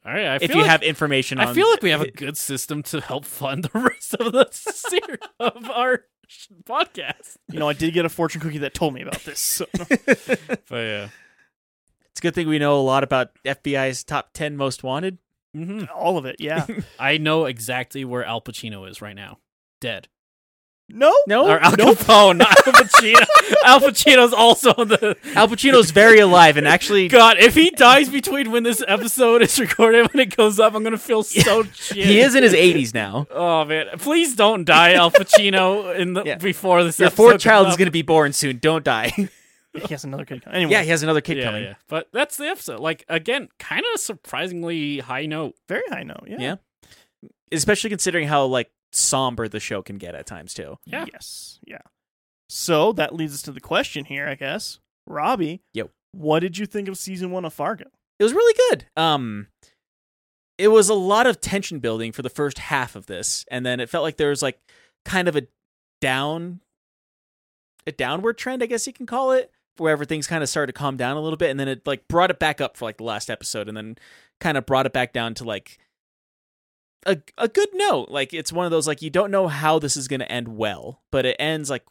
All right, I if feel you like- have information. On, I feel like we have a good system to help fund the rest of the series of our sh- podcast. You know, I did get a fortune cookie that told me about this. So But yeah, it's a good thing we know a lot about FBI's top ten most wanted. hmm all of it, yeah. I know exactly where Al Pacino is right now. Dead. No, No, or Al Capone, not Al Pacino. Al Pacino's also on the Al Pacino's very alive and actually. God, if he dies between when this episode is recorded and when it goes up, I'm gonna feel so shit. He is in his 80s now. Oh man, please don't die, Al Pacino, in the Yeah. before this. Your episode fourth comes child up. is going to be born soon. Don't die. he has another kid. Anyway, yeah, he has another kid yeah, coming. yeah. But that's the episode. Like again, kind of surprisingly high note. very high note. Yeah. Yeah. Especially considering how like somber the show can get at times too. Yeah. Yes. Yeah. So that leads us to the question here, I guess. Robbie, Yo. what did you think of season one of Fargo? It was really good. Um it was a lot of tension building for the first half of this and then it felt like there was like kind of a down a downward trend, I guess you can call it, where things kind of started to calm down a little bit and then it like brought it back up for like the last episode and then kind of brought it back down to like a a good note. Like it's one of those like you don't know how this is going to end well, but it ends like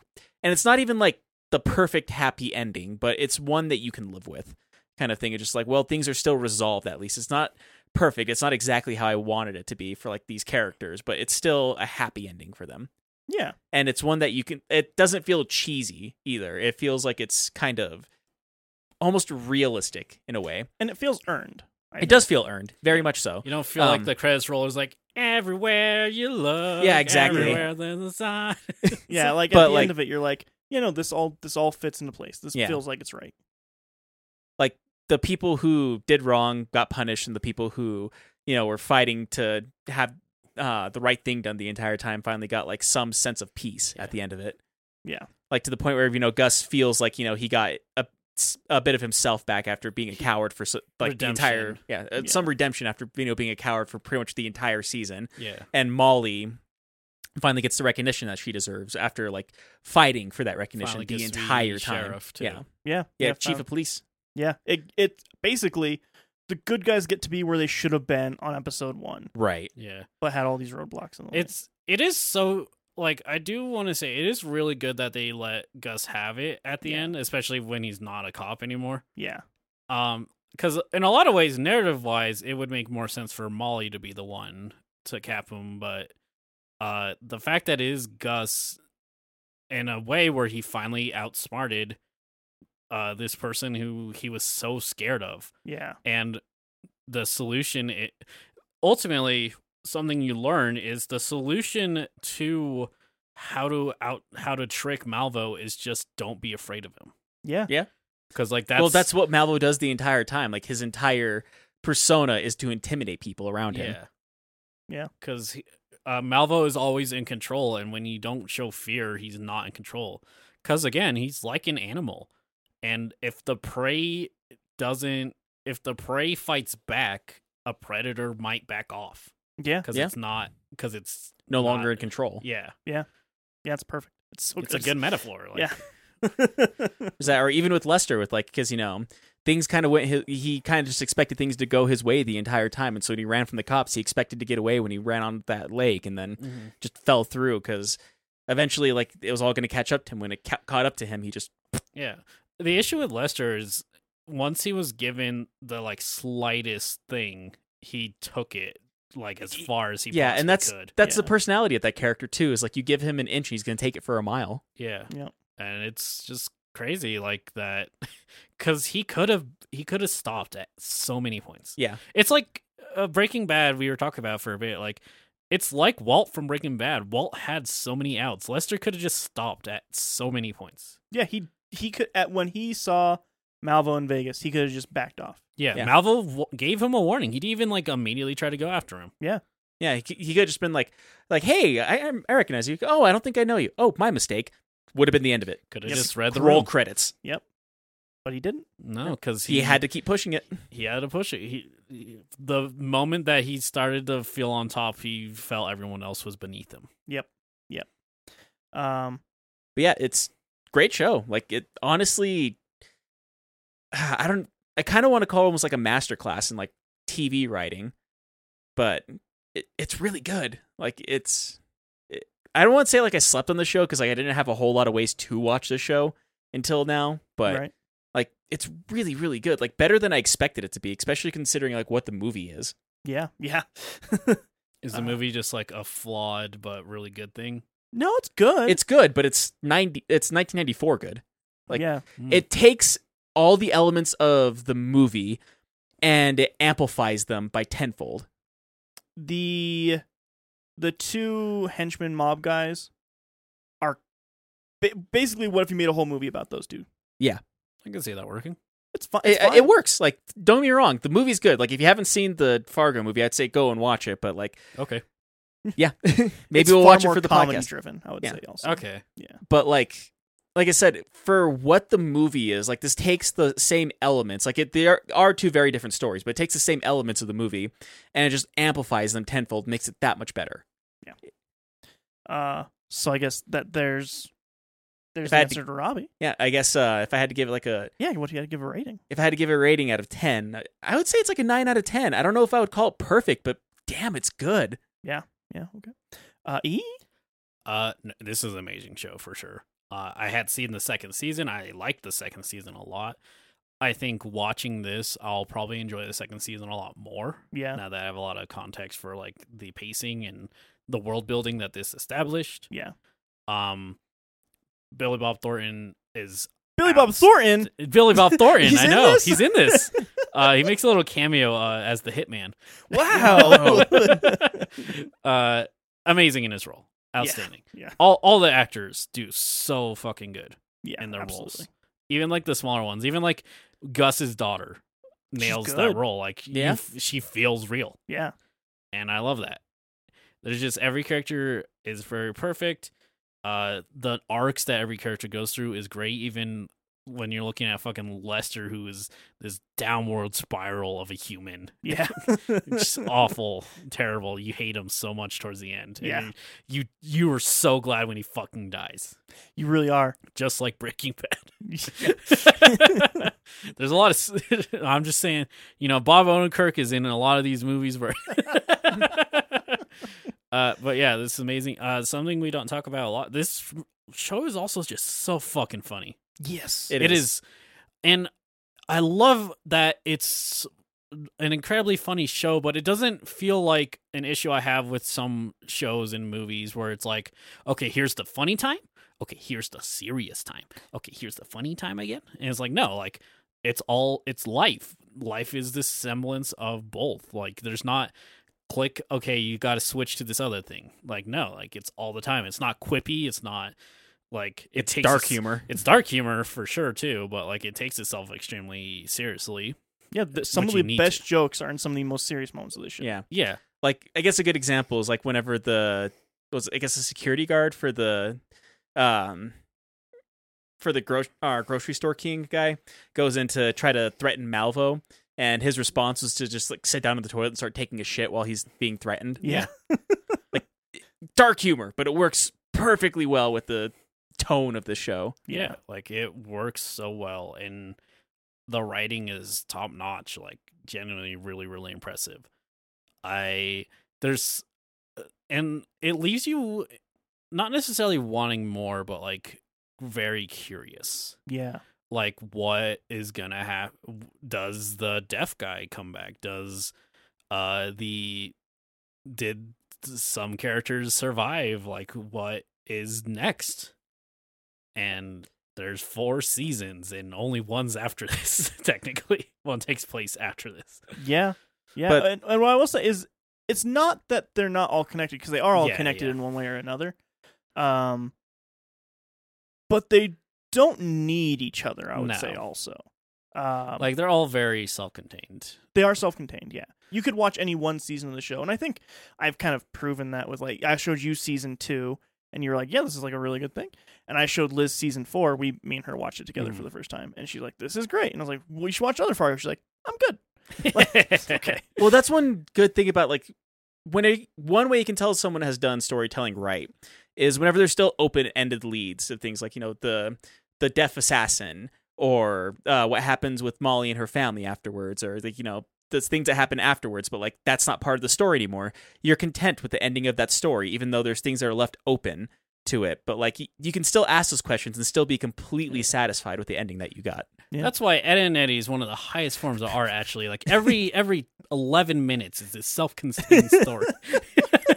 and it's not even like the perfect happy ending, but it's one that you can live with kind of thing. It's just like, well, things are still resolved at least. It's not perfect. It's not exactly how I wanted it to be for like these characters, but it's still a happy ending for them. Yeah. And it's one that you can it doesn't feel cheesy either. It feels like it's kind of almost realistic in a way. And it feels earned. I It does feel earned, very much so. You don't feel Um, like the credits roll is like everywhere you look. Yeah, exactly. Everywhere there's a sign. think. Yeah, like at But, the like- end of it, you're like, you know, this all this all fits into place. This Yeah. feels like it's right. the people who did wrong got punished and the people who you know were fighting to have uh, the right thing done the entire time finally got like some sense of peace at the end of it Yeah. like to the point where you know gus feels like you know he got a, a bit of himself back after being a coward for so, like the entire Redemption. yeah, uh Yeah. some redemption after you know being a coward for pretty much the entire season yeah. and molly finally gets the recognition that she deserves after like fighting for that recognition Finally the gets to be entire time sheriff, too. yeah Yeah. yeah, chief found- of police Yeah. It it basically the good guys get to be where they should have been on episode one, right Yeah. but had all these roadblocks in the way. It's it is so like I do want to say it is really good that they let Gus have it at the Yeah. end, especially when he's not a cop anymore. yeah. Um, because in a lot of ways, narrative wise, it would make more sense for Molly to be the one to cap him, but uh, the fact that it is Gus in a way where he finally outsmarted uh this person who he was so scared of Yeah. and the solution it, ultimately something you learn is the solution to how to out how to trick malvo is just don't be afraid of him Yeah. because like that's well, that's what Malvo does the entire time. Like his entire persona is to intimidate people around him. Yeah. Yeah. Because uh, Malvo is always in control, and when you don't show fear, he's not in control. Because again, he's like an animal, and if the prey doesn't, if the prey fights back, a predator might back off Yeah. because Yeah. it's not because it's No Not- longer in control. yeah, Yeah, it's perfect. It's so it's a good metaphor. Like, Yeah. Is that or even with Lester with like cuz you know, things kind of went he, he kind of just expected things to go his way the entire time and so when he ran from the cops, he expected to get away when he ran on that lake and then just fell through cuz eventually like it was all going to catch up to him when it ca- caught up to him, he just yeah. the issue with Lester is once he was given the like slightest thing, he took it like as far as he yeah, possibly and that's could. that's the Yeah. personality of that character too. Is like you give him an inch, he's gonna take it for a mile. yeah, Yep. and it's just crazy like that because he could have he could have stopped at so many points. Yeah. it's like uh, Breaking Bad we were talking about for a bit. Like it's like Walt from Breaking Bad. Walt had so many outs. Lester could have just stopped at so many points. Yeah, he he could at when he saw Malvo in Vegas, he could have just backed off. Yeah, Yeah. Malvo w- gave him a warning. He'd even like immediately try to go after him. Yeah, he, c- he could have just been like, like, hey, I, I recognize you. Oh, I don't think I know you. Oh, my mistake. Would have been the end of it. Could have Yep. just read the Roll room. credits. But he didn't. No, because He had to keep pushing it. he had to push it. He, he- the moment that he started to feel on top, he felt everyone else was beneath him. Um But yeah, it's great show. Like it honestly I don't I kind of want to call it almost like a masterclass in like TV writing, but it, it's really good. Like it's it, I don't want to say like I slept on the show cuz like I didn't have a whole lot of ways to watch the show until now, but right. like it's really really good. Like better than I expected it to be, especially considering like what the movie is. Yeah, yeah. Is Uh. the movie just like a flawed but really good thing? no, it's good. It's good, but it's 90 it's 1994 good. like, yeah. Mm. it takes all the elements of the movie and it amplifies them by tenfold. The the two henchmen mob guys are ba- basically what if you made a whole movie about those two? I can see that working. It's fun. It, uh, It's fine. it works. Like, don't get me wrong, the movie's good. Like, if you haven't seen the Fargo movie, I'd say go and watch it. But like, Okay, yeah, maybe It's we'll far watch it more for the comedy podcast. driven. I would Yeah. say also. okay, But like, like I said, for what the movie is, like this takes the same elements. Like, it there are two very different stories, but it takes the same elements of the movie and it just amplifies them tenfold, makes it that much better. Uh, so I guess that there's there's If the I had to- answer to Robbie. Yeah, I guess uh, if I had to give it like a Yeah, what you got to give a rating? if I had to give it a rating out of 10, I would say it's like a 9 out of 10. I don't know if I would call it perfect, but damn, it's good. Yeah, okay. Uh, E. uh, n- this is an amazing show for sure. Uh, I had seen the second season. I liked the second season a lot. I think watching this, I'll probably enjoy the second season a lot more. Yeah, Now that I have a lot of context for like the pacing and the world building that this established. yeah. Um, Billy Bob Thornton is Billy Bob Outs- Thornton. Billy Bob Thornton. He's I in know this? he's in this. uh, he makes a little cameo uh, as the hitman. Wow. uh, amazing in his role. Outstanding. yeah. All all the actors do so fucking good yeah, in their roles. absolutely. Even like the smaller ones. Even like Gus's daughter She's nails good. that role. Like you Yeah. f- she feels real Yeah, and I love that. There's just every character is very perfect. Uh, the arcs that every character goes through is great. Even when you're looking at fucking Lester, who is this downward spiral of a human, yeah. just awful, terrible. You hate him so much towards the end. And Yeah. you you were so glad when he fucking dies, you really are. just like Breaking Bad. There's a lot of. s- I'm just saying, you know, Bob Odenkirk is in a lot of these movies where. uh, but yeah, this is amazing. Uh, something we don't talk about a lot. This show is also just so fucking funny. yes. It it is. is. and I love that it's an incredibly funny show, but it doesn't feel like an issue I have with some shows and movies where it's like, okay, here's the funny time, okay, here's the serious time, okay, here's the funny time again, and it's like, no, like it's all it's life. Life is this semblance of both. Like there's not click okay you got to switch to this other thing like no like it's all the time it's not quippy it's not like it takes Dark us- humor. it's dark humor for sure too, but like it takes itself extremely seriously. yeah, th- some of what you the need best to. jokes are in some of the most serious moments of this shit. Yeah. Yeah, Like, I guess a good example is like whenever the, was I guess the security guard for the, um, for the gro- uh, grocery store king guy goes in to try to threaten Malvo. And his response was to just like sit down in the toilet and start taking a shit while he's being threatened. Yeah. Dark humor, but it works perfectly well with the tone of the show. yeah, like it works so well, and the writing is top notch. Like genuinely, really, really impressive. I there's uh, and it leaves you not necessarily wanting more, but like very curious. Yeah. like what is gonna happen does the deaf guy come back does uh the did some characters survive like what is next and there's four seasons and only one's after this technically one takes place after this Yeah, yeah. But- and, and what I will say is, it's not that they're not all connected because they are all Yeah, connected yeah. in one way or another. Um, but they don't need each other. I would No. say also. Um, like they're all very self-contained they are self-contained yeah you could watch any one season of the show and i think i've kind of proven that with like i showed you season two and you were like yeah this is like a really good thing and i showed liz season four we me and her watched it together for Mm. the first time and she's like this is great and i was like we should watch other fargo she's like i'm good okay Well, that's one good thing about like when a one way you can tell someone has done storytelling right is whenever there's still open-ended leads of things like you know the the deaf assassin or uh, what happens with Molly and her family afterwards or like you know those things that happen afterwards but like that's not part of the story anymore you're content with the ending of that story even though there's things that are left open to it but like y- you can still ask those questions and still be completely satisfied with the ending that you got Yeah. That's why Ed and Eddie is one of the highest forms of art. Actually, like every every eleven minutes is this self-contained story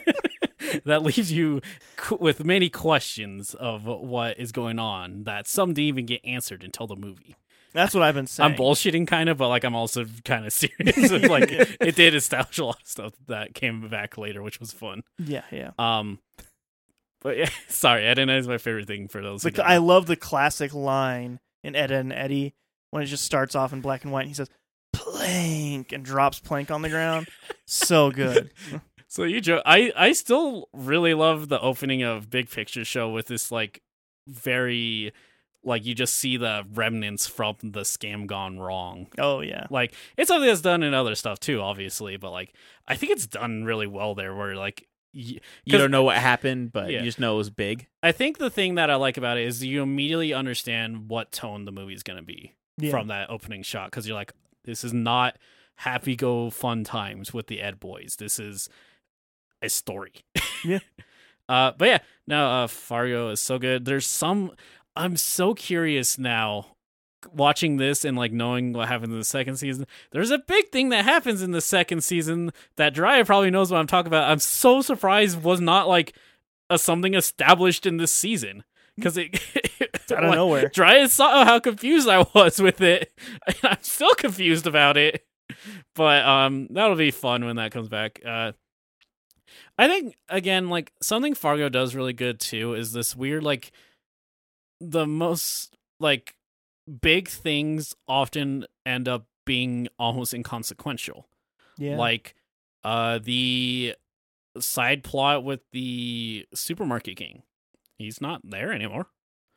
that leaves you qu- with many questions of what is going on that some didn't even get answered until the movie. that's what i've been saying I'm bullshitting kind of, but like I'm also kind of serious. like it did establish a lot of stuff that came back later, which was fun. yeah yeah Um, but yeah, sorry, Ed and Eddie is my favorite thing for those. who It's don't like, i love the classic line in ed Edd and eddie when it just starts off in black and white and he says plank and drops plank on the ground so good So you joke. I I still really love the opening of Big Picture Show with this like very like you just see the remnants from the scam gone wrong. oh yeah Like it's something that's done in other stuff too, obviously, but like I think it's done really well there. Where like y- you 'Cause- don't know what happened but Yeah. you just know it was big I think the thing that I like about it is you immediately understand what tone the movie's going to be yeah from that opening shot because you're like, this is not happy go fun times with the Ed boys. This is a story. Yeah. uh, but yeah, no, uh, Fargo is so good. There's some. I'm so curious now watching this and like knowing what happens in the second season. There's a big thing that happens in the second season that Drya probably knows what I'm talking about. I'm so surprised was not like a something established in this season because it out of nowhere Dry as saw how confused I was with it. And I'm still confused about it. But um that'll be fun when that comes back. Uh I think again, like something Fargo does really good too is this weird like the most like big things often end up being almost inconsequential yeah like uh the side plot with the supermarket king he's not there anymore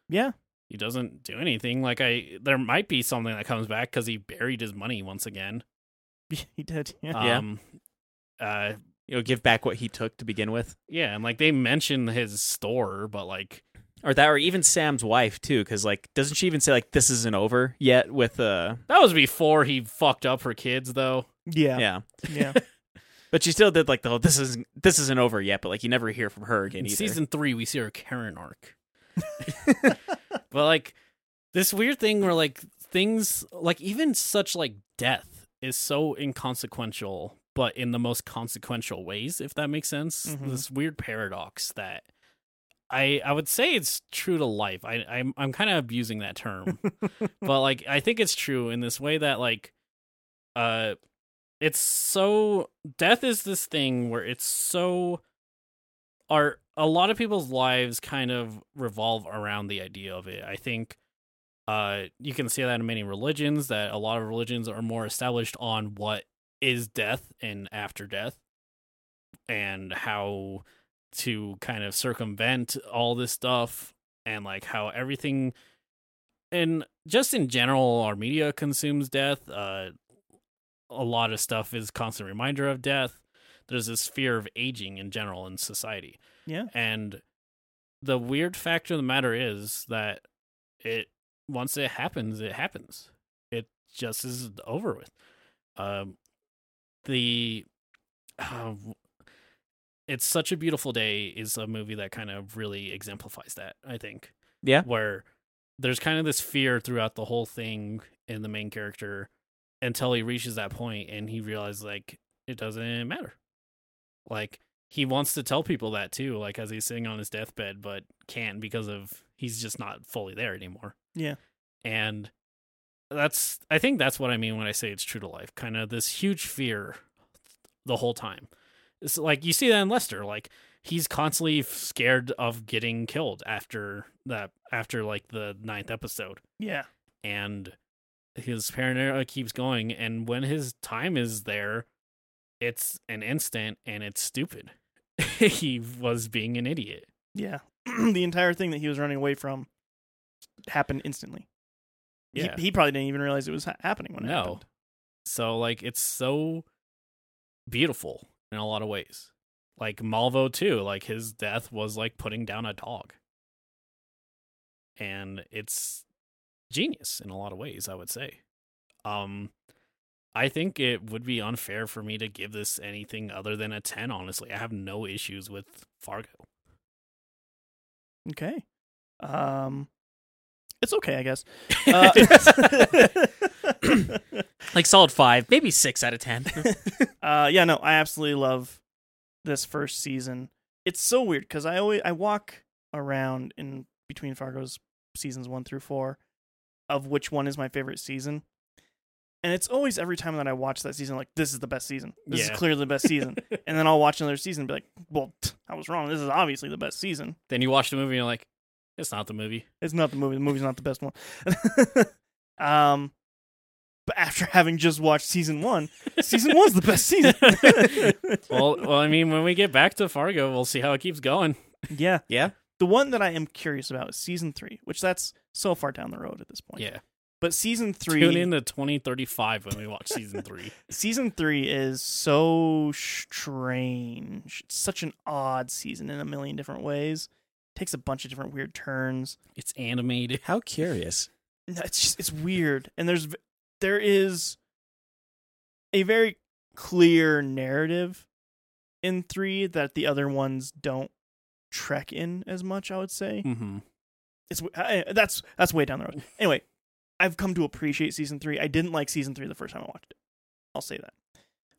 Yeah. he doesn't do anything like i there might be something that comes back because he buried his money once again he did yeah Yeah. um uh you know give back what he took to begin with yeah and like they mention his store but like or that or even sam's wife too because like doesn't she even say like this isn't over yet with uh that was before he fucked up her kids though yeah, Yeah, yeah. but she still did like the whole this isn't this isn't over yet but like you never hear from her again in either season three we see her karen arc but like this weird thing where like things like even such like death is so inconsequential but in the most consequential ways if that makes sense Mhm. this weird paradox that i i would say it's true to life i i'm, I'm kind of abusing that term but like i think it's true in this way that like uh it's so death is this thing where it's so are a lot of people's lives kind of revolve around the idea of it. I think uh you can see that in many religions that a lot of religions are more established on what is death and after death and how to kind of circumvent all this stuff and like how everything and just in general our media consumes death uh a lot of stuff is constant reminder of death there's this fear of aging in general in society Yeah. and the weird fact of the matter is that it once it happens it happens it just is over with um the uh, it's such a beautiful day is a movie that kind of really exemplifies that i think yeah where there's kind of this fear throughout the whole thing in the main character until he reaches that point and he realizes like it doesn't matter. Like he wants to tell people that too, like as he's sitting on his deathbed, but can't because of he's just not fully there anymore. Yeah. And that's I think that's what I mean when I say it's true to life. Kind of this huge fear the whole time. It's like you see that in Lester, like he's constantly f- scared of getting killed after that after like the ninth episode Yeah. and his paranoia keeps going and when his time is there it's an instant and it's stupid he was being an idiot Yeah. the entire thing that he was running away from happened instantly. He- Yeah. He, probably didn't even realize it was ha- happening when it No. happened. so like it's so beautiful in a lot of ways like malvo too like his death was like putting down a dog and it's genius in a lot of ways i would say um i think it would be unfair for me to give this anything other than a 10 honestly i have no issues with fargo Okay. Um, it's okay, I guess. Uh, Like solid five, maybe six out of ten. Uh, yeah, no, I absolutely love this first season. It's so weird because I always I walk around in between Fargo's seasons one through four of which one is my favorite season, and it's always every time that I watch that season, like this is the best season. This Yeah. is clearly the best season, and then I'll watch another season and be like, well, t- I was wrong. This is obviously the best season. then you watch the movie and you're like it's not the movie It's not the movie. The movie's not the best one. um, but after having just watched season one, season one's the best season. well well i mean when we get back to fargo we'll see how it keeps going yeah. yeah. The one that I am curious about is season three, which that's so far down the road at this point. yeah But season three, Tune in to 2035 when we watch season three. season three is so strange. It's such an odd season in a million different ways. takes a bunch of different weird turns. it's animated. How curious. No, it's just it's weird, and there's v- there is a very clear narrative in three that the other ones don't trek in as much. I would say. Mm-hmm. it's I, that's that's way down the road. Anyway, I've come to appreciate season three. I didn't like season three the first time I watched it. I'll say that.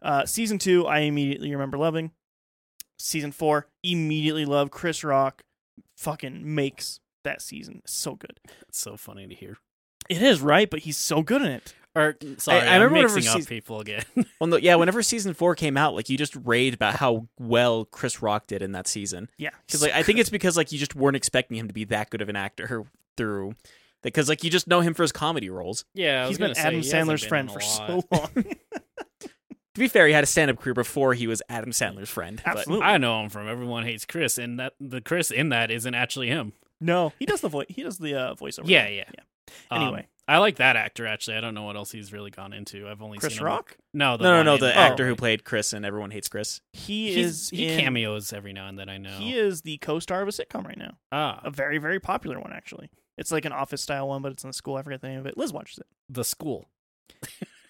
Uh, season two, I immediately remember loving. Season four, immediately love. Chris Rock fucking makes that season so good. It's so funny to hear. It is right, but he's so good in it. Or sorry, I I, am remember whenever mixing up season- people again. Well, no, yeah. Whenever season four came out, like you just raved about how well Chris Rock did in that season. Yeah, Because like I think it's because like you just weren't expecting him to be that good of an actor through, because like you just know him for his comedy roles. yeah, he's been Adam Sandler's friend for so long. To be fair, he had a stand up career before he was Adam Sandler's friend. but- Absolutely, I know him from Everyone Hates Chris, and that the Chris in that isn't actually him. no, he does the voice. He does the uh, voiceover. Yeah, yeah. Um, Anyway, I like that actor actually. I don't know what else he's really gone into. I've only Chris seen him- Rock. No, the no, no, one no. in- The Oh. actor who played Chris and everyone hates Chris. He He's- is he in- cameos every now and then. I know. He is the co-star of a sitcom right now. ah a very very popular one actually. It's like an office style one, but it's in the school. I forget the name of it. Liz watches it. the school,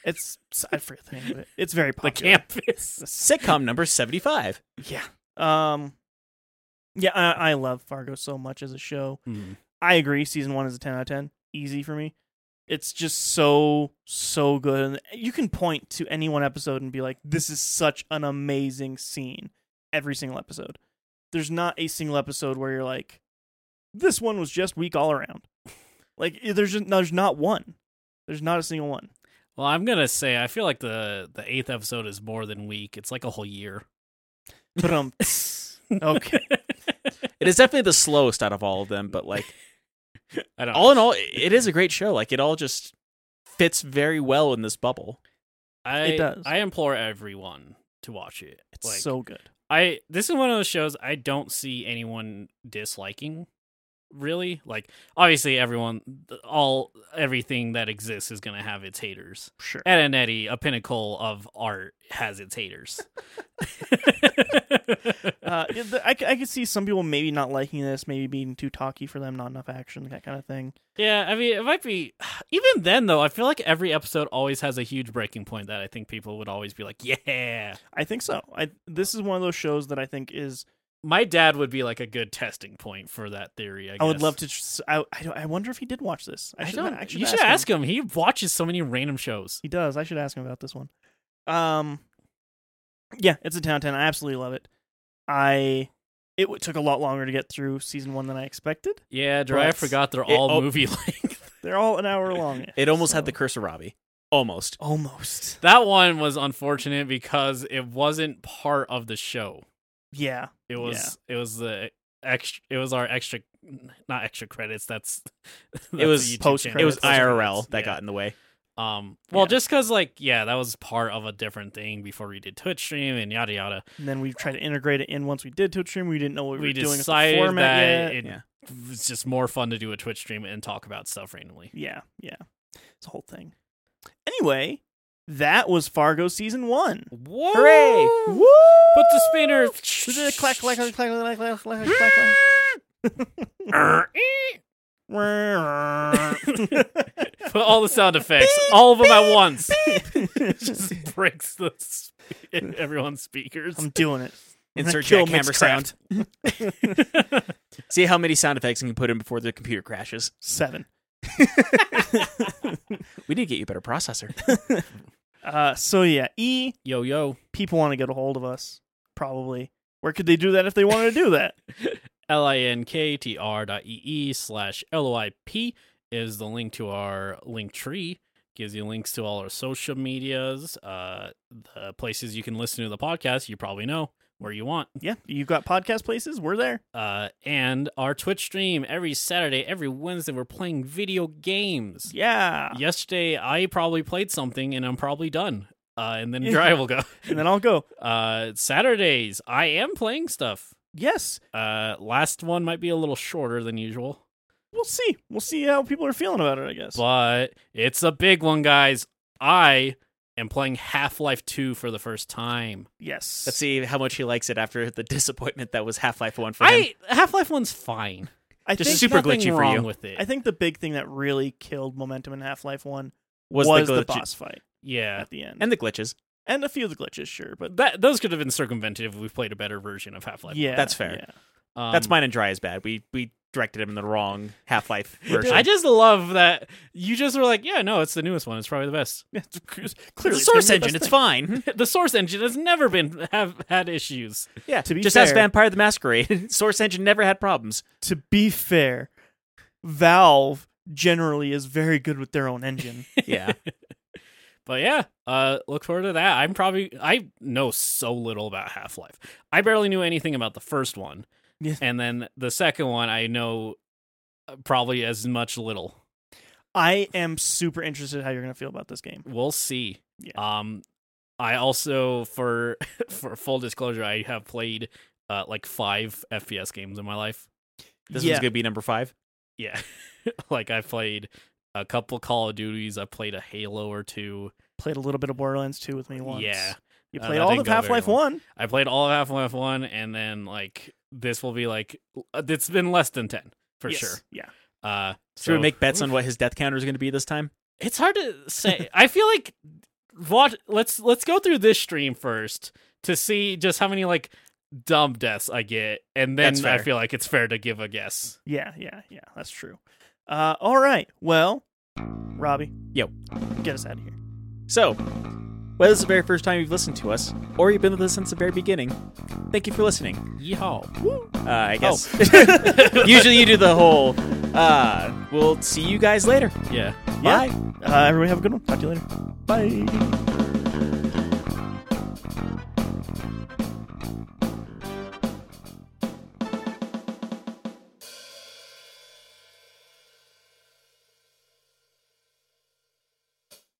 It's I forget the name of it. It's very the popular. campus. Sitcom number seventy five. Yeah. Um. Yeah, I, I love Fargo so much as a show. Mhm. I agree. Season one is a ten out of ten. Easy for me. It's just so so good. And you can point to any one episode and be like, "This is such an amazing scene." Every single episode. There's not a single episode where you're like, "This one was just weak all around." Like i- there's just there's not one. There's not a single one. Well, I'm gonna say I feel like the the eighth episode is more than week. It's like a whole year. Brum. um, okay. It is definitely the slowest out of all of them, but like I don't. all in all, it is a great show. Like it all just fits very well in this bubble. I, It does. I implore everyone to watch it. It's so good. I this is one of those shows I don't see anyone disliking. Really, like obviously everyone, all everything that exists is gonna have its haters. Sure. Ed and Eddie, a pinnacle of art, has its haters. uh, yeah, the- I, c- I could see some people maybe not liking this, maybe being too talky for them, not enough action, that kind of thing. yeah, I mean it might be. Even then, though, I feel like every episode always has a huge breaking point that I think people would always be like, "Yeah, I think so. I this is one of those shows that I think is my dad would be like a good testing point for that theory. I, guess. I would love to. tr- s- I I, don't, I wonder if he did watch this. I, I should, don't. I should you ask should him. ask him. He watches so many random shows. He does. I should ask him about this one. Um, yeah, it's a town ten. I absolutely love it. I it w- took a lot longer to get through season one than I expected. Yeah, Dre, I But- forgot they're It- all oh. movie length. They're all an hour long. It almost had so- the curse of Robbie. Almost. almost. That one was unfortunate because it wasn't part of the show. Yeah, It was. It was the extra. It was our extra, not extra credits. That's. that's was the YouTube post channel. It was Curse of IRL that Yeah. got in the way. Um. Well, Yeah. just because like yeah, that was part of a different thing before we did Twitch stream and yada yada. and then we tried to integrate it in once we did Twitch stream. We didn't know what we, We were doing with the decided format that yet. it Yeah. was just more fun to do a Twitch stream and talk about stuff randomly. yeah, yeah, it's a whole thing. Anyway, that was Fargo season one. Whoa! Hooray! Woo! Put the spinner. Clack, clack, clack, clack, clack, clack, clack, clack, clack. Just Put all the sound effects, all of them at once. Just breaks the s- everyone's speakers. I'm doing it. I'm gonna Insert kill jackhammer Mixcraft. sound. See how many sound effects you can put in before the computer crashes. Seven. We need to get you a better processor. Uh, so yeah, E. Yo yo. People want to get a hold of us. Probably. Where could they do that if they wanted to do that? L I N K T R dot E E slash L O I P is the link to our link tree. Gives you links to all our social medias, uh, the places you can listen to the podcast. You probably know where you want. Yeah, you've got podcast places. We're there. Uh, and our Twitch stream every Saturday, every Wednesday, we're playing video games. Yeah. Yesterday, I probably played something and I'm probably done. Uh, and then Dry will go. And then I'll go. Uh, Saturdays, I am playing stuff. Yes, Uh, last one might be a little shorter than usual. we'll see. We'll see how people are feeling about it. I guess. But it's a big one, guys. I am playing Half Life 2 for the first time. yes. Let's see how much he likes it after the disappointment that was Half Life One for him. I Half Life 1's fine. I Just think, super Nothing glitchy for wrong you. with it. I think the big thing that really killed momentum in Half Life One Was, the, glitch- boss fight yeah. at the end, and, and the glitches. and a few of the glitches, sure, but That those could have been circumvented if we played a better version of Um, Half Life. yeah, That's fair. yeah. That's mine and Dry is bad. We we directed him in the wrong Half Life version. I just love that you just were like, yeah, no, it's the newest one. It's probably the best. Yeah, it's cr- it's It's clearly a it's gonna source be the engine. best It's thing. fine. the source engine has never been have had issues. Yeah. To be just ask fair- Vampire the Masquerade. source engine never had problems. To be fair, Valve generally is very good with their own engine. Yeah. But yeah, uh, look forward to that. I'm probably I know so little about Half Life. I barely knew anything about the first one, Yeah. and then the second one I know uh, probably as much little. I am super interested how you're going to feel about this game. We'll see. Yeah. Um, I also for for full disclosure, I have played uh, like five FPS games in my life. This yeah, one's gonna be number five. Yeah, like I played a couple Call of Duties. I played a Halo or two. played a little bit of Borderlands 2 with me once. Yeah, you Uh, played that all didn't of go very Half Life well. One. I played all of Half Life One, and then like this will be like uh, it's been less than ten for Yes, sure. Yeah, Uh, Should so we make bets on what his death counter is going to be this time? It's hard to say. I feel like what let's let's go through this stream first to see just how many like dumb deaths I get, and then That's I fair. feel like it's fair to give a guess. yeah, yeah, yeah. That's true. Uh, all right. Well, Robbie. Yo. Get us out of here. So, whether it's the very first time you've listened to us, or you've been with us since the very beginning, thank you for listening. Yeehaw! Uh, I guess. Usually you do the whole. Uh, we'll see you guys later. Yeah. Yeah. Uh, everybody have a good one. Talk to you later. Bye.